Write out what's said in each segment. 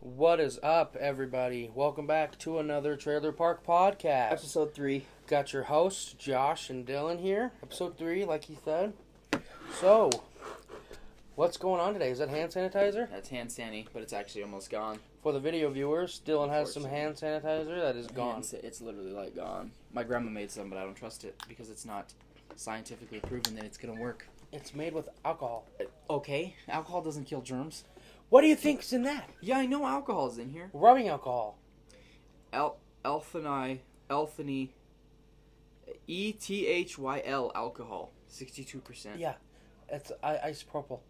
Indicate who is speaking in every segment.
Speaker 1: What is up, everybody? Welcome back to another Trailer Park Podcast.
Speaker 2: Episode three.
Speaker 1: Got your hosts, Josh and Dylan here. Episode three, like he said. So, what's going on today? Is that hand sanitizer?
Speaker 2: That's hand sanny, but it's actually almost gone.
Speaker 1: For the video viewers, Dylan has some hand sanitizer that is gone.
Speaker 2: Hand sa- It's literally like gone. My grandma made some, but I don't trust it because it's not scientifically proven that it's gonna work.
Speaker 1: It's made with alcohol.
Speaker 2: Okay, alcohol doesn't kill germs.
Speaker 1: What do you think's in that?
Speaker 2: Yeah, I know alcohol's in here.
Speaker 1: Rubbing alcohol.
Speaker 2: Al alphany alphany E T H Y L alcohol. Sixty-two percent.
Speaker 1: Yeah, it's I- isopropyl.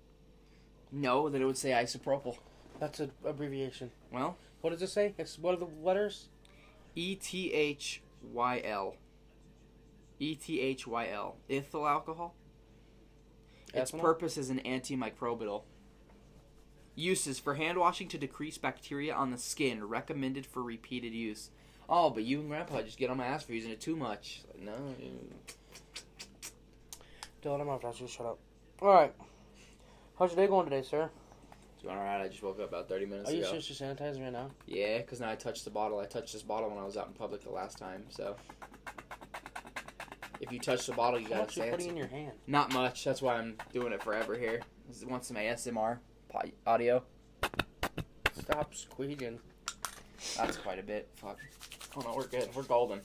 Speaker 2: No, then it would say isopropyl.
Speaker 1: That's an abbreviation.
Speaker 2: Well,
Speaker 1: What does it say? It's one of the letters.
Speaker 2: E T H Y L. E T H Y L. Ethyl alcohol. Its
Speaker 1: Ethanol?
Speaker 2: purpose is an antimicrobial. Uses for hand washing to decrease bacteria on the skin. Recommended for repeated use. Oh, but you and Grandpa just get on my ass for using it too much. No.
Speaker 1: Dylan, I'm gonna ask you to shut up. All right. How's your day going today, sir?
Speaker 2: Doing alright. I just woke up about 30 minutes
Speaker 1: Are you sure
Speaker 2: ago.
Speaker 1: you're sanitizing right now?
Speaker 2: Yeah, because now I touched the bottle. I touched this bottle when I was out in public the last time, so. If you touch the bottle, you
Speaker 1: How
Speaker 2: gotta
Speaker 1: much you
Speaker 2: say
Speaker 1: putting
Speaker 2: it.
Speaker 1: in your hand?
Speaker 2: Not much. That's why I'm doing it forever here. Just Want some ASMR po- audio?
Speaker 1: Stop squeezing.
Speaker 2: That's quite a bit. Fuck. Oh no, we're good. We're golden.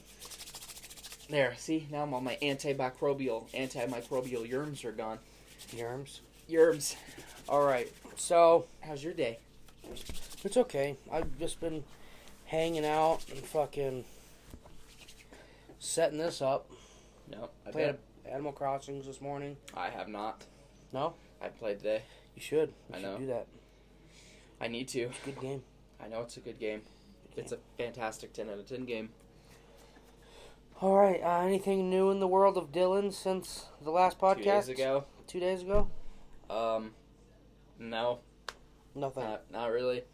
Speaker 2: There. See, now I'm all my antimicrobial, antimicrobial germs are gone.
Speaker 1: Germs.
Speaker 2: Germs.
Speaker 1: All right. So
Speaker 2: How's your day?
Speaker 1: it's okay. I've just been hanging out and fucking setting this up.
Speaker 2: No, I
Speaker 1: Played Animal Crossings this morning.
Speaker 2: I have not.
Speaker 1: No?
Speaker 2: I played today.
Speaker 1: You should. You
Speaker 2: I
Speaker 1: should
Speaker 2: know.
Speaker 1: do that.
Speaker 2: I need to.
Speaker 1: Good game.
Speaker 2: I know it's a good game. It's a fantastic 10 out of 10 game.
Speaker 1: All right. Uh, anything new in the world of Dylan since the last podcast?
Speaker 2: Two days ago.
Speaker 1: Two days ago?
Speaker 2: Um, no,
Speaker 1: Nothing.
Speaker 2: not, not really.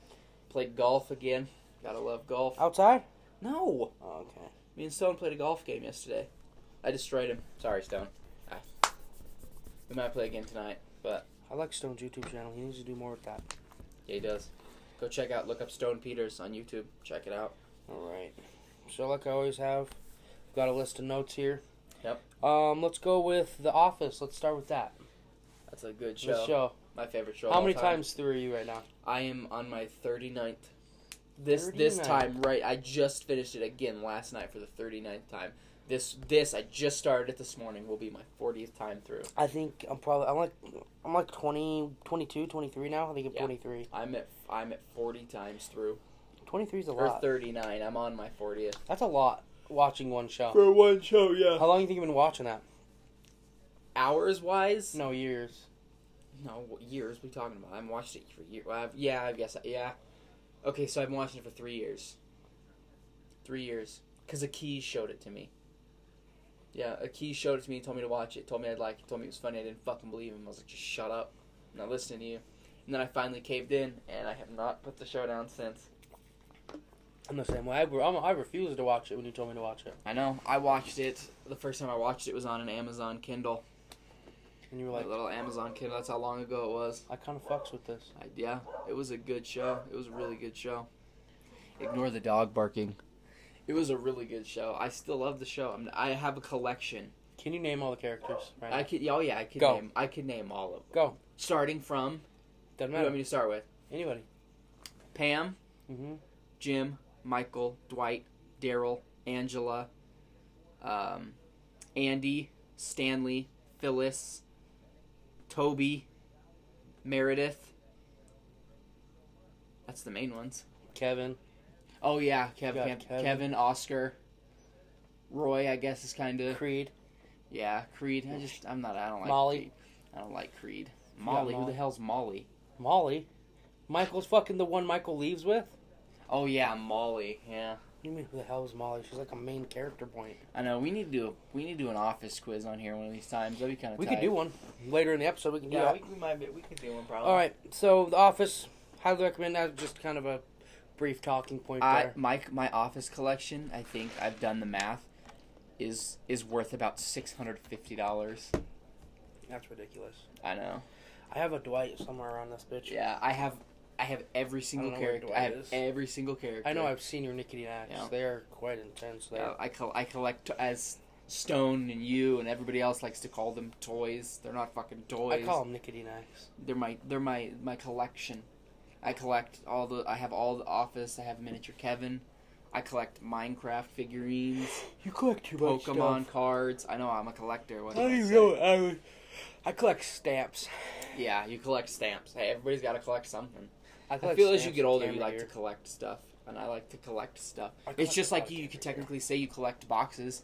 Speaker 2: Played golf again. Gotta love golf.
Speaker 1: Outside?
Speaker 2: No.
Speaker 1: Oh, okay.
Speaker 2: Me and Stone played a golf game yesterday. I destroyed him. Sorry, Stone. Ah. We might play again tonight, but
Speaker 1: I like Stone's YouTube channel. He needs to do more with that.
Speaker 2: yeah, he does. Go check out, look up Stone Peters on YouTube. Check it out.
Speaker 1: All right. So, like I always have, I've got a list of notes here.
Speaker 2: Yep.
Speaker 1: Um, let's go with The Office. Let's start with that.
Speaker 2: That's a good show.
Speaker 1: This show.
Speaker 2: My favorite show. of
Speaker 1: How
Speaker 2: all
Speaker 1: many
Speaker 2: time.
Speaker 1: times through are you right now?
Speaker 2: I am on my 39th. This this
Speaker 1: 39th.
Speaker 2: time, right? I just finished it again last night for the 39th time. This this I just started it this morning. Will be my 40th time through.
Speaker 1: I think I'm probably I'm like I'm like 20, 22, 23 now. I think I'm
Speaker 2: Yeah.
Speaker 1: 23.
Speaker 2: I'm at I'm at 40 times through
Speaker 1: 23 is a
Speaker 2: or
Speaker 1: lot.
Speaker 2: 39. I'm on my 40th
Speaker 1: That's a lot watching one show.
Speaker 2: for one show. Yeah.
Speaker 1: How long do you think you've been watching that?
Speaker 2: Hours wise,
Speaker 1: No years.
Speaker 2: No, what years we talking about? I haven't watched it for years. Well, I've, yeah, I guess. Yeah. Okay, so I've been watching it for three years. Three years. Because Aki showed it to me. Yeah, Aki showed it to me and told me to watch it. Told me I'd like it. Told me it was funny. I didn't fucking believe him. I was like, just shut up. I'm not listening to you. And then I finally caved in, and I have not put the show down since.
Speaker 1: I'm the same way. I, I'm, I refused to watch it when you told me to watch it,
Speaker 2: I know. I watched it. The first time I watched it was on an Amazon Kindle.
Speaker 1: and you were
Speaker 2: Like,
Speaker 1: like,
Speaker 2: a little Amazon Kindle. That's how long ago it was.
Speaker 1: "I kind of fucks with this."
Speaker 2: I, yeah, it was a good show. It was a really good show. Ignore the dog barking. It was a really good show. I still love the show. I'm, I have a collection.
Speaker 1: Can you name all the characters? Right.
Speaker 2: I could. Oh yeah, I could
Speaker 1: Go.
Speaker 2: name. I could name all of them.
Speaker 1: Go.
Speaker 2: Starting from.
Speaker 1: Doesn't
Speaker 2: Who do you
Speaker 1: matter.
Speaker 2: want me to start with?
Speaker 1: Anybody.
Speaker 2: Pam,
Speaker 1: hmm
Speaker 2: Jim, Michael, Dwight, Daryl, Angela, um, Andy, Stanley, Phyllis, Toby, Meredith. That's the main ones.
Speaker 1: Kevin.
Speaker 2: Oh yeah, Kev,
Speaker 1: got
Speaker 2: Kev-
Speaker 1: Kevin.
Speaker 2: Kevin. Oscar, Roy. I guess is kind of
Speaker 1: Creed.
Speaker 2: yeah. Creed. I just I'm not. I don't like
Speaker 1: Molly.
Speaker 2: Creed. I don't like Creed. Molly. Who
Speaker 1: Molly.
Speaker 2: the hell's Molly?
Speaker 1: Molly. Michael's fucking the one Michael leaves with.
Speaker 2: Oh yeah, Molly. Yeah.
Speaker 1: You mean who the hell is Molly? She's like a main character point.
Speaker 2: I know. We need to do. We need to do an office quiz on here one of these times. That'd be kind of.
Speaker 1: We could do one later in the episode. We can do
Speaker 2: Yeah,
Speaker 1: that.
Speaker 2: we, we might. Be, we could do one probably.
Speaker 1: All right. So the office, highly recommend that. Just kind of a brief talking point
Speaker 2: I
Speaker 1: there.
Speaker 2: my my office collection. I think I've done the math. Is is worth about six hundred fifty dollars.
Speaker 1: That's ridiculous.
Speaker 2: I know.
Speaker 1: I have a Dwight somewhere around this bitch.
Speaker 2: Yeah, I have I have every single
Speaker 1: know where
Speaker 2: character.
Speaker 1: Dwight
Speaker 2: I have
Speaker 1: is.
Speaker 2: every single character.
Speaker 1: I know I've seen your Nicki Minaj.
Speaker 2: Yeah.
Speaker 1: They are quite intense. There.
Speaker 2: Yeah, I col- I collect as Stone and you and everybody else likes to call them toys. They're not fucking toys.
Speaker 1: I call them Nicki Minaj.
Speaker 2: They're my they're my my collection. I collect all the I have all the Office. I have miniature Kevin. I collect Minecraft figurines,
Speaker 1: You collect too
Speaker 2: Pokemon cards. I know I'm a collector. What
Speaker 1: I
Speaker 2: did
Speaker 1: don't
Speaker 2: I
Speaker 1: even
Speaker 2: say?
Speaker 1: know. I, would- I collect stamps.
Speaker 2: Yeah, you collect stamps. Hey, everybody's got to collect something. I
Speaker 1: collect
Speaker 2: feel as you
Speaker 1: stamps
Speaker 2: get
Speaker 1: with
Speaker 2: older, you
Speaker 1: camera
Speaker 2: like to
Speaker 1: gear.
Speaker 2: collect stuff, and I like to collect stuff.
Speaker 1: I
Speaker 2: It's
Speaker 1: collect
Speaker 2: just
Speaker 1: a lot
Speaker 2: like
Speaker 1: of
Speaker 2: you, you could
Speaker 1: camera gear.
Speaker 2: technically say you collect boxes.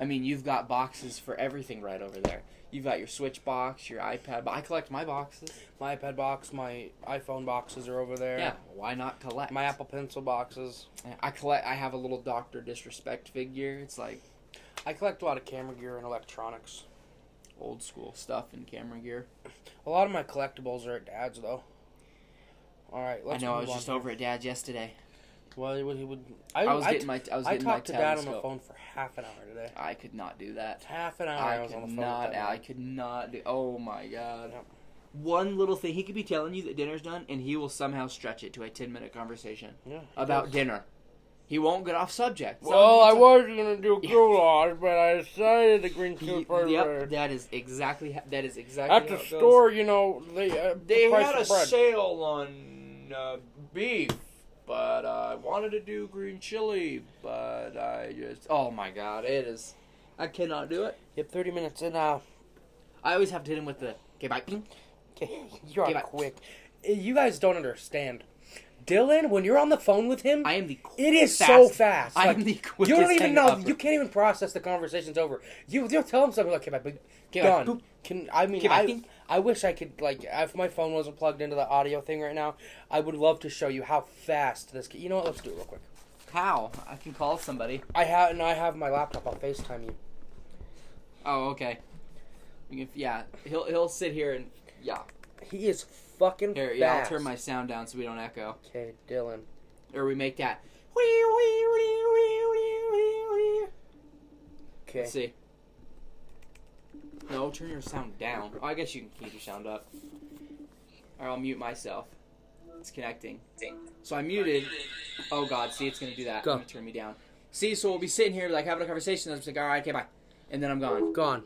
Speaker 2: I mean, you've got boxes for everything right over there. You've got your Switch box, your iPad. But I collect my boxes.
Speaker 1: My iPad box, my iPhone boxes are over there.
Speaker 2: Yeah, why not collect?
Speaker 1: My Apple Pencil boxes.
Speaker 2: I collect. I have a little Doctor Disrespect figure. It's like
Speaker 1: I collect a lot of camera gear and electronics.
Speaker 2: old school stuff and camera gear.
Speaker 1: A lot of my collectibles are at Dad's though. All right, let's
Speaker 2: I know. I
Speaker 1: move
Speaker 2: was just
Speaker 1: on.
Speaker 2: over at Dad's yesterday.
Speaker 1: Well, he would. He would
Speaker 2: I,
Speaker 1: I,
Speaker 2: was
Speaker 1: I
Speaker 2: getting my. I was
Speaker 1: I
Speaker 2: getting my
Speaker 1: talked to Dad on the
Speaker 2: telescope.
Speaker 1: phone for half an hour today.
Speaker 2: I could not do that.
Speaker 1: Half an hour. I,
Speaker 2: I
Speaker 1: was on the
Speaker 2: could
Speaker 1: phone. with
Speaker 2: not.
Speaker 1: that
Speaker 2: I
Speaker 1: man.
Speaker 2: could not do. Oh my god.
Speaker 1: Yep.
Speaker 2: One little thing. He could be telling you that dinner's done, and he will somehow stretch it to a ten-minute conversation
Speaker 1: Yeah, he
Speaker 2: about
Speaker 1: does.
Speaker 2: dinner. He won't get off subject. So
Speaker 1: Well, I
Speaker 2: he's-
Speaker 1: was gonna do
Speaker 2: Yeah.
Speaker 1: goulash, but I decided the green
Speaker 2: He-
Speaker 1: chili burger.
Speaker 2: yep, that is exactly. ho- That is exactly.
Speaker 1: At
Speaker 2: how
Speaker 1: the
Speaker 2: it goes.
Speaker 1: store, you know, they uh,
Speaker 2: They
Speaker 1: the price
Speaker 2: had a
Speaker 1: of bread.
Speaker 2: sale on uh, beef, but uh, I wanted to do green chili, but I just. Oh my god! It is. I cannot do it.
Speaker 1: Yep, thirty minutes in. Uh,
Speaker 2: I always have to hit him with the. Okay, bye. Ping.
Speaker 1: you're
Speaker 2: Give
Speaker 1: on
Speaker 2: it.
Speaker 1: quick. Uh, You guys don't understand, Dylan. When you're on the phone with him,
Speaker 2: I am the.
Speaker 1: it is so
Speaker 2: fast-
Speaker 1: fast.
Speaker 2: I
Speaker 1: Like,
Speaker 2: am the quickest.
Speaker 1: you don't even know.
Speaker 2: hang-upper.
Speaker 1: You can't even process the conversation's over. You you'll tell him something like, "Can I be
Speaker 2: Can I
Speaker 1: done?"
Speaker 2: poop?
Speaker 1: Can I mean
Speaker 2: Can I
Speaker 1: I,
Speaker 2: think?
Speaker 1: I wish I could like if my phone wasn't plugged into the audio thing right now, I would love to show you how fast this. ca- You know what? Let's do it real quick.
Speaker 2: How? I can call somebody.
Speaker 1: I have and I have my laptop. I'll Facetime you.
Speaker 2: Oh, okay. We can- yeah, he'll he'll sit here and yeah.
Speaker 1: He is fucking
Speaker 2: Here,
Speaker 1: fast.
Speaker 2: yeah. I'll turn my sound down so we don't echo,
Speaker 1: Okay, Dylan.
Speaker 2: or we make that. Wee, wee, wee, wee, wee, wee, wee.
Speaker 1: Okay.
Speaker 2: Let's see. No, turn your sound down. Oh, I guess you can keep your sound up. Or I'll mute myself. It's connecting. So I muted. Oh God, see, it's gonna do that.
Speaker 1: Go.
Speaker 2: It's gonna turn me down. See, so we'll be sitting here like having a conversation. and I'm just like, all right, okay, bye, and then I'm gone.
Speaker 1: Gone.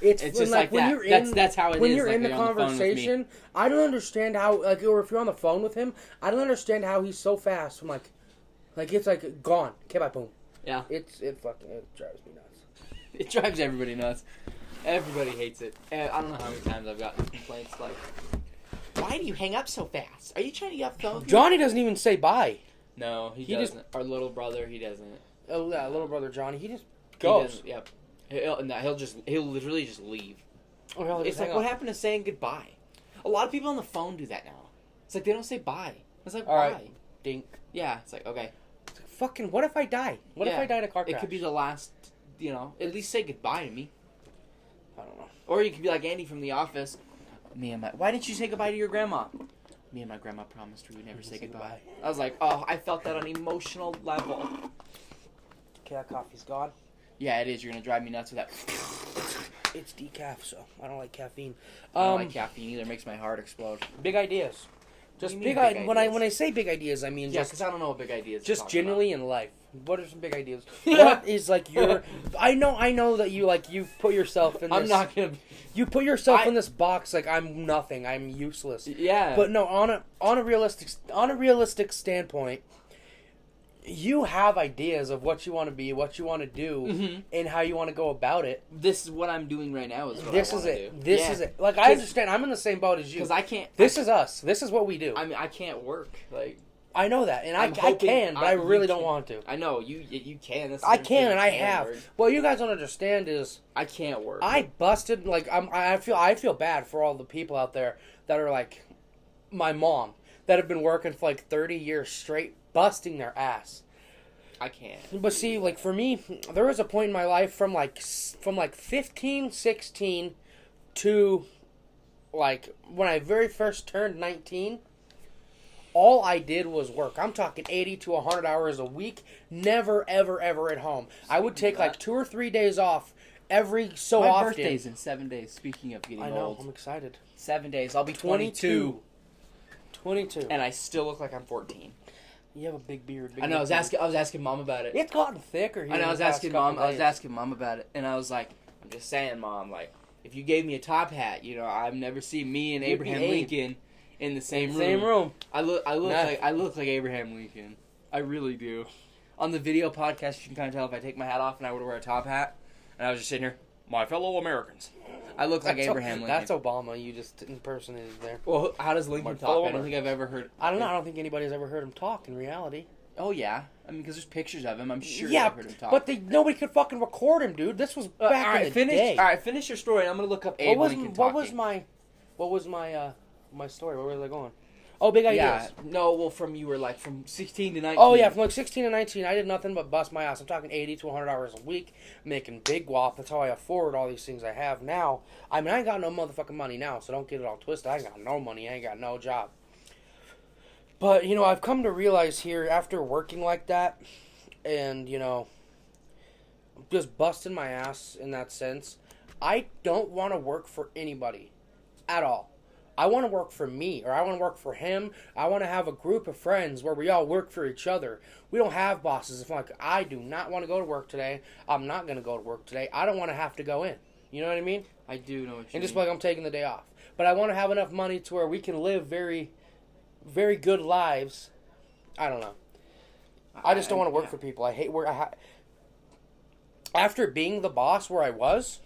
Speaker 1: It's,
Speaker 2: It's
Speaker 1: when,
Speaker 2: just
Speaker 1: like,
Speaker 2: like,
Speaker 1: when
Speaker 2: that.
Speaker 1: you're in
Speaker 2: that's that's how it is.
Speaker 1: when you're
Speaker 2: like,
Speaker 1: in the
Speaker 2: you're on phone with me.
Speaker 1: conversation. I don't understand how like or if you're on the phone with him, I don't understand how he's so fast. I'm like, like it's like gone. Okay, bye, boom.
Speaker 2: Yeah.
Speaker 1: It's it fucking it drives me nuts.
Speaker 2: It drives everybody nuts. Everybody hates it. Eh, I don't know how many times I've gotten complaints like, "Why do you hang up so fast? Are you trying to get off the phone?"
Speaker 1: Johnny doesn't even say bye.
Speaker 2: No, he,
Speaker 1: He just-
Speaker 2: doesn't. Our little brother, he doesn't.
Speaker 1: Oh, that little brother Johnny, he just
Speaker 2: He
Speaker 1: goes.
Speaker 2: doesn't yep. He'll, no, he'll just he'll literally just leave.
Speaker 1: oh, hell,
Speaker 2: It's like what happened to saying goodbye? A lot of people on the phone do that now. It's like they don't say bye. It's like
Speaker 1: All
Speaker 2: why?
Speaker 1: right. Dink.
Speaker 2: Yeah, it's like okay.
Speaker 1: It's like, fucking. What if I die? What if
Speaker 2: Yeah.
Speaker 1: I die in a car crash?
Speaker 2: It could be the last. You know, at least say goodbye to me.
Speaker 1: I don't know.
Speaker 2: Or you could be like Andy from The Office. Me and my. Why didn't you say goodbye to your grandma? Me and my grandma promised we would never say goodbye. I was like, oh, I felt that on an emotional level.
Speaker 1: Okay, that coffee's gone.
Speaker 2: Yeah, it is. You're gonna drive me nuts with that.
Speaker 1: It's decaf, so I don't like caffeine.
Speaker 2: I
Speaker 1: Um,
Speaker 2: don't like caffeine either. It makes my heart explode.
Speaker 1: big ideas. Just
Speaker 2: do you
Speaker 1: big,
Speaker 2: mean
Speaker 1: I-
Speaker 2: big
Speaker 1: when I
Speaker 2: ideas?
Speaker 1: when I say big ideas, I mean
Speaker 2: Yeah,
Speaker 1: just
Speaker 2: because I don't know what big ideas. to
Speaker 1: just
Speaker 2: talk
Speaker 1: generally in life. What are some big ideas?
Speaker 2: about.
Speaker 1: what is like your? I know, I know that you like you put yourself in. This,
Speaker 2: I'm not gonna.
Speaker 1: You put yourself
Speaker 2: I-
Speaker 1: in this box like I'm nothing. I'm useless.
Speaker 2: Yeah.
Speaker 1: But no, on a on a realistic on a realistic standpoint, you have ideas of what you want to be, what you want to do,
Speaker 2: Mhm.
Speaker 1: and how you want to go about it.
Speaker 2: this is what I'm doing right now. Is what
Speaker 1: This
Speaker 2: I
Speaker 1: is
Speaker 2: wanna
Speaker 1: it.
Speaker 2: do.
Speaker 1: This
Speaker 2: Yeah.
Speaker 1: is it. Like I
Speaker 2: Because-
Speaker 1: understand. I'm in the same boat as you.
Speaker 2: Because I can't.
Speaker 1: This is us. This is what we do.
Speaker 2: I mean, I can't work. Like
Speaker 1: I know that, and I,
Speaker 2: I'm
Speaker 1: I
Speaker 2: hoping-
Speaker 1: can, but I,
Speaker 2: I- you
Speaker 1: really don't
Speaker 2: can.
Speaker 1: want to.
Speaker 2: I know you. You, you can. That's the
Speaker 1: I
Speaker 2: difference
Speaker 1: can, and I
Speaker 2: between
Speaker 1: have.
Speaker 2: work.
Speaker 1: What you guys don't understand is
Speaker 2: I can't work.
Speaker 1: I busted. Like I'm, I I feel I feel bad for all the people out there that are like my mom that have been working for like 30 years straight, busting their ass.
Speaker 2: I can't.
Speaker 1: But see, like for me, there was a point in my life from like s- from like 15, 16 to like when I very first turned 19, all I did was work. I'm talking 80 to 100 hours a week, never ever ever at home. I would take like 2 or 3 days off every so
Speaker 2: My
Speaker 1: often.
Speaker 2: birthday's in seven days. Speaking of getting
Speaker 1: I know,
Speaker 2: old,
Speaker 1: I'm excited.
Speaker 2: seven days. I'll be 22.
Speaker 1: 22. 22.
Speaker 2: and I still look like I'm 14.
Speaker 1: You have a big beard. Big
Speaker 2: I know. I was
Speaker 1: beard.
Speaker 2: asking. I was asking mom about it.
Speaker 1: It's gotten thicker. Here
Speaker 2: I
Speaker 1: in
Speaker 2: know. I
Speaker 1: the
Speaker 2: was
Speaker 1: past
Speaker 2: asking
Speaker 1: couple
Speaker 2: mom. I was
Speaker 1: days.
Speaker 2: asking mom about it, and I was like, I'm just saying, mom. Like, if you gave me a top hat, you know, I've never seen me and
Speaker 1: You'd be
Speaker 2: Abraham
Speaker 1: Abe.
Speaker 2: Lincoln in the same room.
Speaker 1: Same room.
Speaker 2: I look. I look
Speaker 1: Nah.
Speaker 2: like. I look like Abraham Lincoln. I really do. On the video podcast, you can kind of tell if I take my hat off and I were to wear a top hat, and I was just sitting here, my fellow Americans. I look like
Speaker 1: That's O-
Speaker 2: Abraham Lincoln.
Speaker 1: That's Obama. You just impersonated there.
Speaker 2: Well, how does
Speaker 1: My
Speaker 2: Lincoln talk? I
Speaker 1: fellow
Speaker 2: don't think I've ever heard.
Speaker 1: I don't know. I don't think anybody's ever heard him talk in reality.
Speaker 2: Oh yeah, I mean, because there's pictures of him. I'm sure
Speaker 1: yeah,
Speaker 2: I've heard him talk.
Speaker 1: but they, nobody could fucking record him, dude. This was
Speaker 2: Uh,
Speaker 1: back
Speaker 2: all right,
Speaker 1: in the
Speaker 2: finish.
Speaker 1: day.
Speaker 2: All right, finish your story. and I'm gonna look up
Speaker 1: what
Speaker 2: Abe
Speaker 1: was
Speaker 2: Lincoln
Speaker 1: what
Speaker 2: talking.
Speaker 1: was my, what was my uh my story? Where was I going? Oh, big ideas.
Speaker 2: yeah? No, well, from you were like from 16 to 19.
Speaker 1: Oh yeah, from like 16 to 19, I did nothing but bust my ass. I'm talking 80 to 100 hours a week, making big guap. That's how I afford all these things I have now. I mean, I ain't got no motherfucking money now, so don't get it all twisted. I ain't got no money. I ain't got no job. But you know, I've come to realize here after working like that, and you know, just busting my ass in that sense, I don't want to work for anybody, at all. I want to work for me, or I want to work for him. I want to have a group of friends where we all work for each other. We don't have bosses. If like I do not want to go to work today, I'm not going to go to work today. I don't want to have to go in. You know what I mean?
Speaker 2: I do know. What you
Speaker 1: and just
Speaker 2: mean.
Speaker 1: like I'm taking the day off. But I want to have enough money to where we can live very, very good lives. I don't know. I just don't want to work
Speaker 2: yeah.
Speaker 1: for people. I hate work. I ha- After being the boss where I was,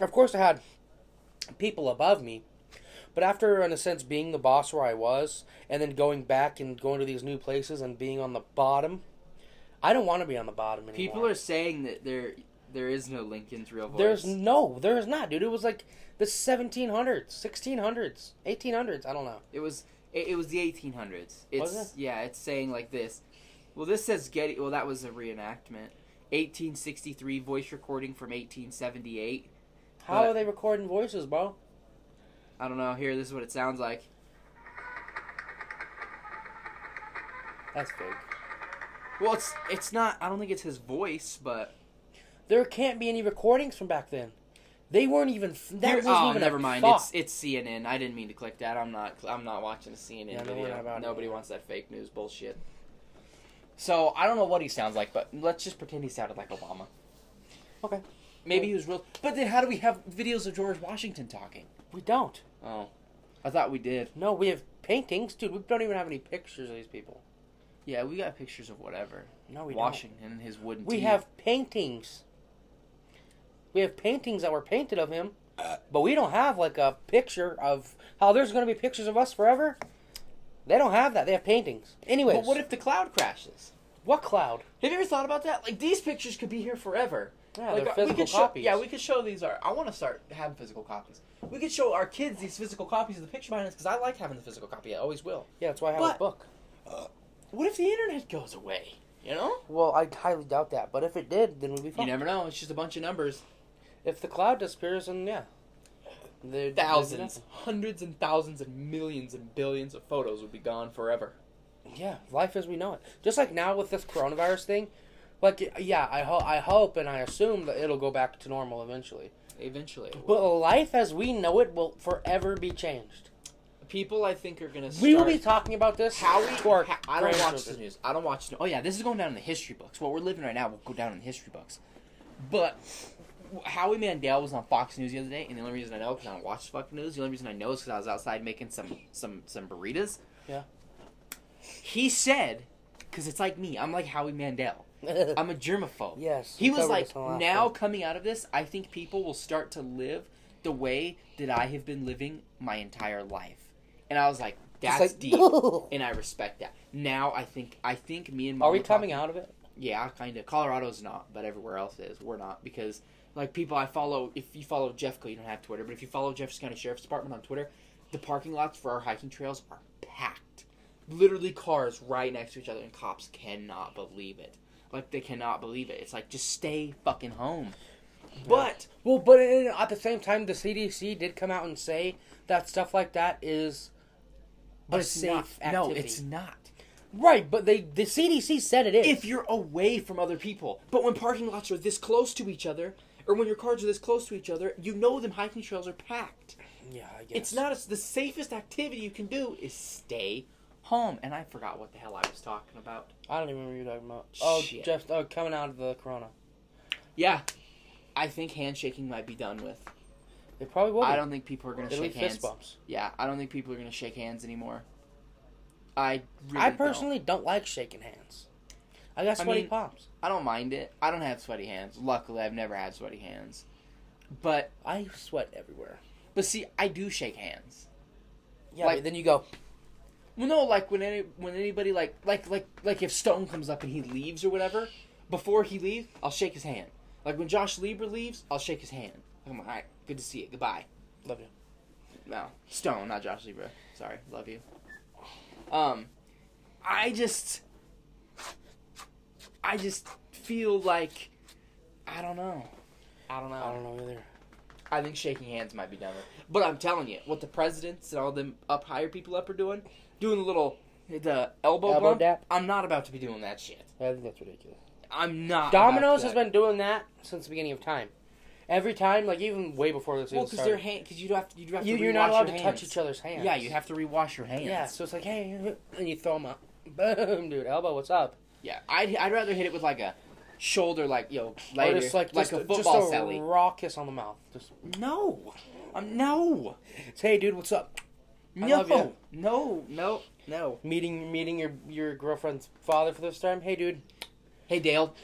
Speaker 1: of course I had people above me, but after in a sense being the boss where I was, and then going back and going to these new places and being on the bottom, I don't want to be on the bottom anymore.
Speaker 2: People are saying that there there is no Lincoln's real voice.
Speaker 1: There's no, there's not, dude. It was like the 1700s, 1600s, 1800s. I don't know.
Speaker 2: It was it, it was the 1800s. It's
Speaker 1: Was
Speaker 2: yeah. It's saying like this. Well, this says Getty. Well, that was a reenactment. 1863 voice recording from 1878.
Speaker 1: How
Speaker 2: But-
Speaker 1: are they recording voices, bro?
Speaker 2: I don't know. Here, this is what it sounds like.
Speaker 1: That's fake.
Speaker 2: Well, it's it's not. I don't think it's his voice, but
Speaker 1: There can't be any recordings from back then. They weren't even. That
Speaker 2: Here-
Speaker 1: wasn't
Speaker 2: oh,
Speaker 1: even
Speaker 2: never
Speaker 1: a
Speaker 2: mind.
Speaker 1: thought.
Speaker 2: It's it's CNN. I didn't mean to click that. I'm not. I'm not watching a CNN
Speaker 1: Yeah, no, we're
Speaker 2: video.
Speaker 1: not about it.
Speaker 2: Nobody wants that fake news bullshit. So I don't know what he sounds like, but let's just pretend he sounded like Obama.
Speaker 1: Okay.
Speaker 2: Maybe he was real. But then, how do we have videos of George Washington talking?
Speaker 1: We don't.
Speaker 2: Oh, I thought we did.
Speaker 1: No, we have paintings, dude. We don't even have any pictures of these people.
Speaker 2: Yeah, we got pictures of whatever
Speaker 1: No, we
Speaker 2: Washington and his wooden.
Speaker 1: don't. We
Speaker 2: teeth.
Speaker 1: have paintings. We have paintings that were painted of him, but we don't have like a picture of how there's going to be pictures of us forever. They don't have that. They have paintings. Anyways,
Speaker 2: But what if the cloud crashes?
Speaker 1: what cloud?
Speaker 2: Have you ever thought about that? Like these pictures could be here forever.
Speaker 1: Yeah,
Speaker 2: Like,
Speaker 1: they're
Speaker 2: uh,
Speaker 1: physical
Speaker 2: we could
Speaker 1: copies.
Speaker 2: Show, yeah, we could show these. Are I want to start having physical copies. We could show our kids these physical copies of the picture behind us because I like having the physical copy. I always will.
Speaker 1: yeah, that's why I have a
Speaker 2: But-
Speaker 1: book.
Speaker 2: What if the internet goes away? You know.
Speaker 1: Well, I highly doubt that. But if it did, then we'd be
Speaker 2: You
Speaker 1: fine.
Speaker 2: never know. It's just a bunch of numbers,
Speaker 1: If the cloud disappears, then yeah. There-
Speaker 2: thousands, hundreds, and thousands, and millions and billions of photos would be gone forever.
Speaker 1: Yeah, life as we know it. Just like now with this coronavirus thing, like yeah, I hope I hope and I assume that it'll go back to normal eventually.
Speaker 2: Eventually, it will.
Speaker 1: But life as we know it will forever be changed.
Speaker 2: people I think are gonna. Start
Speaker 1: We will be talking about this.
Speaker 2: How we?
Speaker 1: to our
Speaker 2: ha- I don't watch the
Speaker 1: grandchildren.
Speaker 2: news. I don't watch. the- Oh yeah, this is going down in the history books. What we're living right now will go down in the history books. But Howie Mandel was on Fox News the other day, and the only reason I know because I don't watch fucking news. The only reason I know is because I was outside making some some some burritos.
Speaker 1: Yeah.
Speaker 2: He said, because it's like me. I'm like Howie Mandel. I'm a germaphobe.
Speaker 1: Yes,
Speaker 2: He
Speaker 1: we
Speaker 2: was
Speaker 1: covered
Speaker 2: like,
Speaker 1: this on last
Speaker 2: now
Speaker 1: time."
Speaker 2: coming out of this, I think people will start to live the way that I have been living my entire life. And I was like,
Speaker 1: Just
Speaker 2: that's
Speaker 1: like,
Speaker 2: deep, and I respect that. Now I think I think me and Mom
Speaker 1: Are we coming out of it?
Speaker 2: Yeah, kind of. Colorado's not, but everywhere else is. We're not because like people I follow. If you follow Jeffco, you don't have Twitter, but if you follow Jefferson County Sheriff's Department on Twitter, the parking lots for our hiking trails are packed. Literally cars right next to each other, and cops cannot believe it. Like they cannot believe it. It's like just stay fucking home. But
Speaker 1: Well, but in- at the same time, the CDC did come out and say that stuff like that is
Speaker 2: but
Speaker 1: a
Speaker 2: it's
Speaker 1: safe
Speaker 2: not. No,
Speaker 1: activity.
Speaker 2: it's not.
Speaker 1: right. But they the CDC said it is.
Speaker 2: if you're away from other people. But when parking lots are this close to each other, or when your cars are this close to each other, you know them hiking trails are packed.
Speaker 1: Yeah, I guess.
Speaker 2: It's not as the safest activity you can do is stay home. And I forgot what the hell I was talking about.
Speaker 1: I don't even remember you talking about. Oh,
Speaker 2: Shit.
Speaker 1: Jeff. Oh, coming out of the corona.
Speaker 2: Yeah, I think handshaking might be done with.
Speaker 1: They probably will.
Speaker 2: I don't think people are gonna
Speaker 1: They
Speaker 2: shake
Speaker 1: leave
Speaker 2: hands.
Speaker 1: fist bumps.
Speaker 2: Yeah, I don't think people are gonna shake hands anymore. I really
Speaker 1: I
Speaker 2: don't.
Speaker 1: personally don't. like shaking hands. I got
Speaker 2: I
Speaker 1: sweaty
Speaker 2: mean-
Speaker 1: palms.
Speaker 2: I don't mind it. I don't have sweaty hands. Luckily, I've never had sweaty hands. But
Speaker 1: I sweat everywhere.
Speaker 2: but see, I do shake hands.
Speaker 1: Yeah,
Speaker 2: Like-
Speaker 1: but then you go.
Speaker 2: Well, no, like when any when anybody like like like like if Stone comes up and he leaves or whatever, before he leaves, I'll shake his hand. Like when Josh Lieber leaves, I'll shake his hand. I'm like, all right, good to see you. Goodbye.
Speaker 1: Love you.
Speaker 2: No, Stone, not Josh Libra. Sorry, love you. Um, I just, I just feel like, I don't know, I don't know.
Speaker 1: I don't know either.
Speaker 2: I think shaking hands might be done with. But I'm telling you, what the presidents and all them up higher people up are doing, doing the little the elbow,
Speaker 1: Elbow
Speaker 2: bump.
Speaker 1: dap.
Speaker 2: I'm not about to be doing that shit.
Speaker 1: I think that's ridiculous.
Speaker 2: I'm not. about
Speaker 1: Domino's
Speaker 2: to-
Speaker 1: has been doing that since the beginning of time. Every time, like even way before this
Speaker 2: well
Speaker 1: season
Speaker 2: because their
Speaker 1: started.
Speaker 2: hand because you have to you have
Speaker 1: You,
Speaker 2: to
Speaker 1: you're not
Speaker 2: rewash
Speaker 1: allowed
Speaker 2: your
Speaker 1: to
Speaker 2: hands.
Speaker 1: touch each other's hands.
Speaker 2: Yeah, you have to rewash your hands.
Speaker 1: Yeah, so it's like hey, and you throw them up. Boom, dude. Elbow, what's up?
Speaker 2: Yeah, I'd, I'd rather hit it with like a shoulder, like yo,
Speaker 1: or
Speaker 2: later,
Speaker 1: just
Speaker 2: like,
Speaker 1: like just,
Speaker 2: a
Speaker 1: just
Speaker 2: football
Speaker 1: a
Speaker 2: sally.
Speaker 1: raw kiss on the mouth. Just
Speaker 2: No, um, no,
Speaker 1: it's, hey, dude, what's up? I
Speaker 2: no,
Speaker 1: love you.
Speaker 2: no, no, no.
Speaker 1: Meeting meeting your your girlfriend's father for the first time. Hey, dude.
Speaker 2: Hey Dale,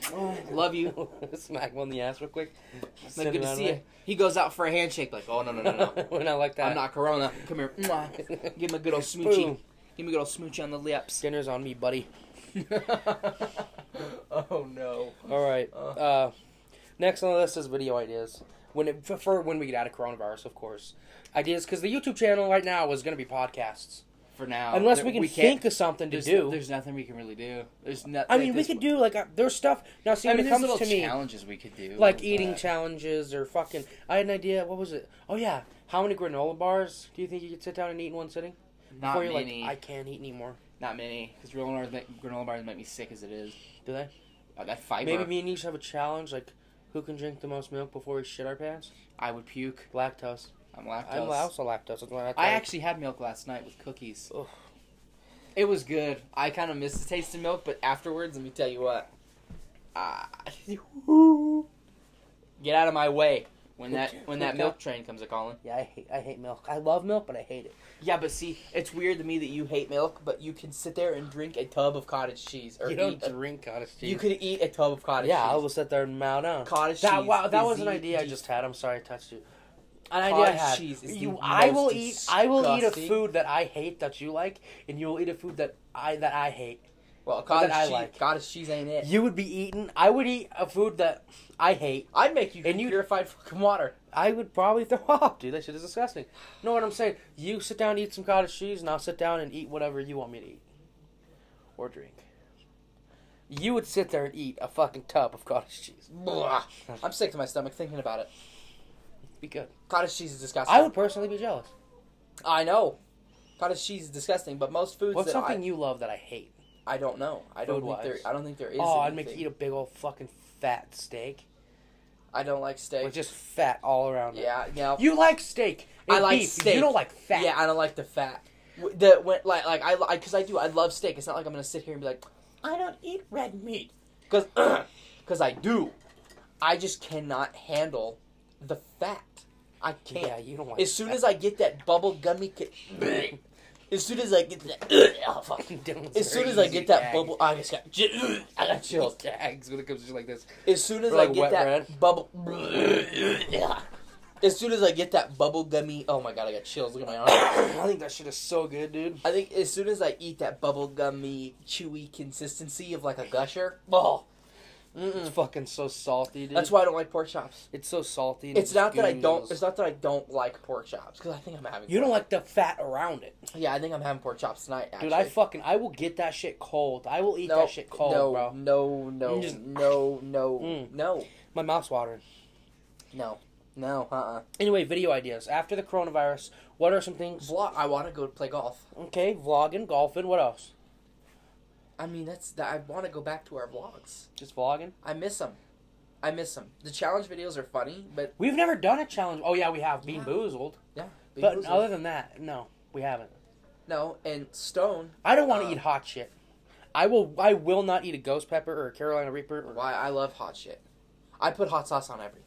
Speaker 2: love you.
Speaker 1: Smack him on the ass real quick.
Speaker 2: Like,
Speaker 1: Oh. Send
Speaker 2: good
Speaker 1: him
Speaker 2: to
Speaker 1: out
Speaker 2: see you. He goes out for a handshake, like, oh no, no,
Speaker 1: of
Speaker 2: no, no.
Speaker 1: there. We're not like that.
Speaker 2: I'm not Corona. Come here. Mwah. Give him a good old smoochie.
Speaker 1: Boom.
Speaker 2: Give him a good old smoochie on the lips.
Speaker 1: Dinner's on me, buddy.
Speaker 2: oh no.
Speaker 1: All right.
Speaker 2: Uh.
Speaker 1: Uh, next on the list is video ideas. When it, for, for when we get out of coronavirus, of course, ideas because the YouTube channel right now is going to be podcasts.
Speaker 2: For now,
Speaker 1: Unless
Speaker 2: there-
Speaker 1: we can
Speaker 2: can't-
Speaker 1: think of something to
Speaker 2: there's,
Speaker 1: do.
Speaker 2: There's nothing we can really do. There's nothing.
Speaker 1: I mean, we could do like uh, there's stuff now. See,
Speaker 2: I
Speaker 1: when
Speaker 2: mean,
Speaker 1: it comes
Speaker 2: there's little
Speaker 1: to me,
Speaker 2: challenges we could do,
Speaker 1: like
Speaker 2: but-
Speaker 1: eating challenges or fucking. I had an idea. What was it? Oh yeah, how many granola bars do you think you could sit down and eat in one sitting?
Speaker 2: Not
Speaker 1: Before you're
Speaker 2: many.
Speaker 1: like, I can't eat anymore.
Speaker 2: Not many, because granola bars, granola bars make me sick as it is.
Speaker 1: Do they?
Speaker 2: Uh, that fiber,
Speaker 1: Maybe me and you should have a challenge like, who can drink the most milk before we shit our pants?
Speaker 2: I would puke.
Speaker 1: Lactose.
Speaker 2: I'm lactose.
Speaker 1: I'm also lactose. That's why I,
Speaker 2: I actually had milk last night with cookies.
Speaker 1: Ugh.
Speaker 2: It was good. I kind of missed the taste of milk, but afterwards, let me tell you what. Ah, get out of my way when that when that milk train comes a calling.
Speaker 1: Yeah, I hate I hate milk. I love milk, but I hate it.
Speaker 2: Yeah, but see, it's weird to me that you hate milk, but you can sit there and drink a tub of cottage cheese, or
Speaker 1: you
Speaker 2: eat
Speaker 1: don't
Speaker 2: a,
Speaker 1: drink cottage cheese.
Speaker 2: you could eat a tub of cottage
Speaker 1: yeah, I
Speaker 2: cheese.
Speaker 1: will sit there and mount on.
Speaker 2: Cottage
Speaker 1: that,
Speaker 2: cheese
Speaker 1: Wow, that was
Speaker 2: is
Speaker 1: an
Speaker 2: the
Speaker 1: idea I
Speaker 2: de-
Speaker 1: just had. I'm sorry, I touched you. An
Speaker 2: Cottage
Speaker 1: idea I had.
Speaker 2: cheese is the
Speaker 1: you, I will
Speaker 2: most
Speaker 1: eat. I will eat a
Speaker 2: disgusting-
Speaker 1: food that I hate that you like, and you will eat a food that I that I hate.
Speaker 2: Well,
Speaker 1: that
Speaker 2: cottage
Speaker 1: I
Speaker 2: cheese,
Speaker 1: like.
Speaker 2: cottage cheese ain't it.
Speaker 1: You would be eating. I would eat a food that I hate.
Speaker 2: I'd make you
Speaker 1: And
Speaker 2: drink
Speaker 1: you-
Speaker 2: purified fucking water.
Speaker 1: I would probably throw up, dude. That shit is disgusting. You know what I'm saying? You sit down and eat some cottage cheese, and I'll sit down and eat whatever you want me to eat or drink. You would sit there and eat a fucking tub of cottage cheese.
Speaker 2: Blah. I'm sick to my stomach thinking about it.
Speaker 1: Be good.
Speaker 2: Cottage cheese is disgusting.
Speaker 1: I would personally be jealous.
Speaker 2: I know. Cottage cheese is disgusting, but most foods
Speaker 1: What's
Speaker 2: that
Speaker 1: something
Speaker 2: I,
Speaker 1: you love that I hate?
Speaker 2: I don't know. I don't think
Speaker 1: Food-wise.
Speaker 2: there. I don't think there is.
Speaker 1: oh, I'd make you
Speaker 2: anything.
Speaker 1: eat a big old fucking fat steak.
Speaker 2: I don't like
Speaker 1: Like
Speaker 2: steak.
Speaker 1: just fat all around. it.
Speaker 2: Yeah, no.
Speaker 1: You like steak. and
Speaker 2: I like
Speaker 1: beef.
Speaker 2: steak.
Speaker 1: You don't like fat.
Speaker 2: Yeah, I don't like the fat. W- The when like like I because I, do I love steak. It's not like I'm gonna sit here and be like, I don't eat red meat because because I do. I just cannot handle the fat. I can't.
Speaker 1: Yeah, you don't like.
Speaker 2: As soon as I get that bubble gummy, ca- as soon as I get that, oh, fuck. As soon as I get that bubble, I just got, I got chills.
Speaker 1: tags when it comes to shit like this.
Speaker 2: As soon as
Speaker 1: Or like
Speaker 2: I get
Speaker 1: wet
Speaker 2: that
Speaker 1: bread.
Speaker 2: bubble, yeah. As soon as I get that bubble gummy, oh my god, I got chills. Look at my arm.
Speaker 1: I think that shit is so good, dude.
Speaker 2: I think as soon as I eat that bubble gummy, chewy consistency of like a gusher, oh,
Speaker 1: It's fucking so salty, dude.
Speaker 2: that's why I don't like pork chops.
Speaker 1: it's so salty. and
Speaker 2: It's not that I don't.
Speaker 1: goes-
Speaker 2: It's not that I don't like pork chops because I think I'm having.
Speaker 1: you don't like the fat around it,
Speaker 2: Yeah, I think I'm having pork chops tonight. Actually.
Speaker 1: dude. I fucking I will get that shit cold. I will eat that shit cold,
Speaker 2: no,
Speaker 1: bro.
Speaker 2: No, no,
Speaker 1: You just-
Speaker 2: no, no,
Speaker 1: Mm.
Speaker 2: no,
Speaker 1: My mouth's watering.
Speaker 2: no, no, uh-uh.
Speaker 1: Anyway, video ideas after the coronavirus. What are some things?
Speaker 2: Vlog, I want to go play golf.
Speaker 1: Okay, vlogging, golfing. What else?
Speaker 2: I mean, that's, that, I want to go back to our vlogs.
Speaker 1: Just vlogging.
Speaker 2: I miss them. I miss them. The challenge videos are funny, but
Speaker 1: We've never done a challenge. Oh yeah, we have. Being
Speaker 2: Yeah.
Speaker 1: boozled.
Speaker 2: Yeah. Big
Speaker 1: But
Speaker 2: Boozled.
Speaker 1: other than that, no, we haven't.
Speaker 2: no, and Stone.
Speaker 1: I don't want to
Speaker 2: Uh,
Speaker 1: eat hot shit. I will. I will not eat a ghost pepper or a Carolina Reaper. Or,
Speaker 2: Why I love hot shit. I put hot sauce on everything.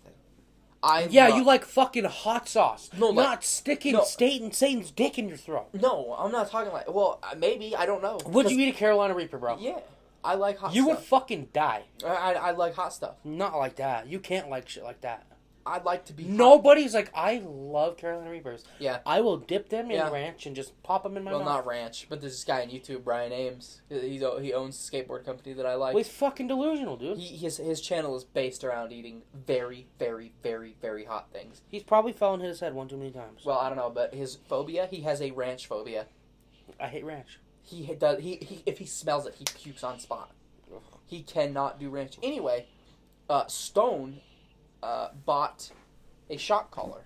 Speaker 2: I
Speaker 1: yeah,
Speaker 2: love-
Speaker 1: you like fucking hot sauce.
Speaker 2: No, like-
Speaker 1: not sticking
Speaker 2: no.
Speaker 1: Satan Satan's dick in your throat.
Speaker 2: No, I'm not talking like. Well, uh, maybe I don't know.
Speaker 1: Would
Speaker 2: 'Cause-
Speaker 1: you eat a Carolina Reaper, bro?
Speaker 2: Yeah, I like hot.
Speaker 1: you would
Speaker 2: stuff.
Speaker 1: fucking die.
Speaker 2: I, I I like hot stuff.
Speaker 1: Not like that. You can't like shit like that.
Speaker 2: I'd like to be. hot.
Speaker 1: Nobody's like, I love Carolina Reapers.
Speaker 2: Yeah.
Speaker 1: I will dip them in
Speaker 2: Yeah.
Speaker 1: ranch and just pop them in my
Speaker 2: Well,
Speaker 1: mouth.
Speaker 2: not ranch, but there's this guy on YouTube, Brian Ames. He's o- he owns a skateboard company that I like.
Speaker 1: Well, he's fucking delusional, dude.
Speaker 2: He, his his channel is based around eating very very very very hot things.
Speaker 1: He's probably fell and hit his head one too many times.
Speaker 2: Well, I don't know, but his phobia, he has a ranch phobia.
Speaker 1: I hate ranch.
Speaker 2: He ha- does he, he if he smells it, he pukes on spot. He cannot do ranch. Anyway, uh, Stone uh, bought a shot collar.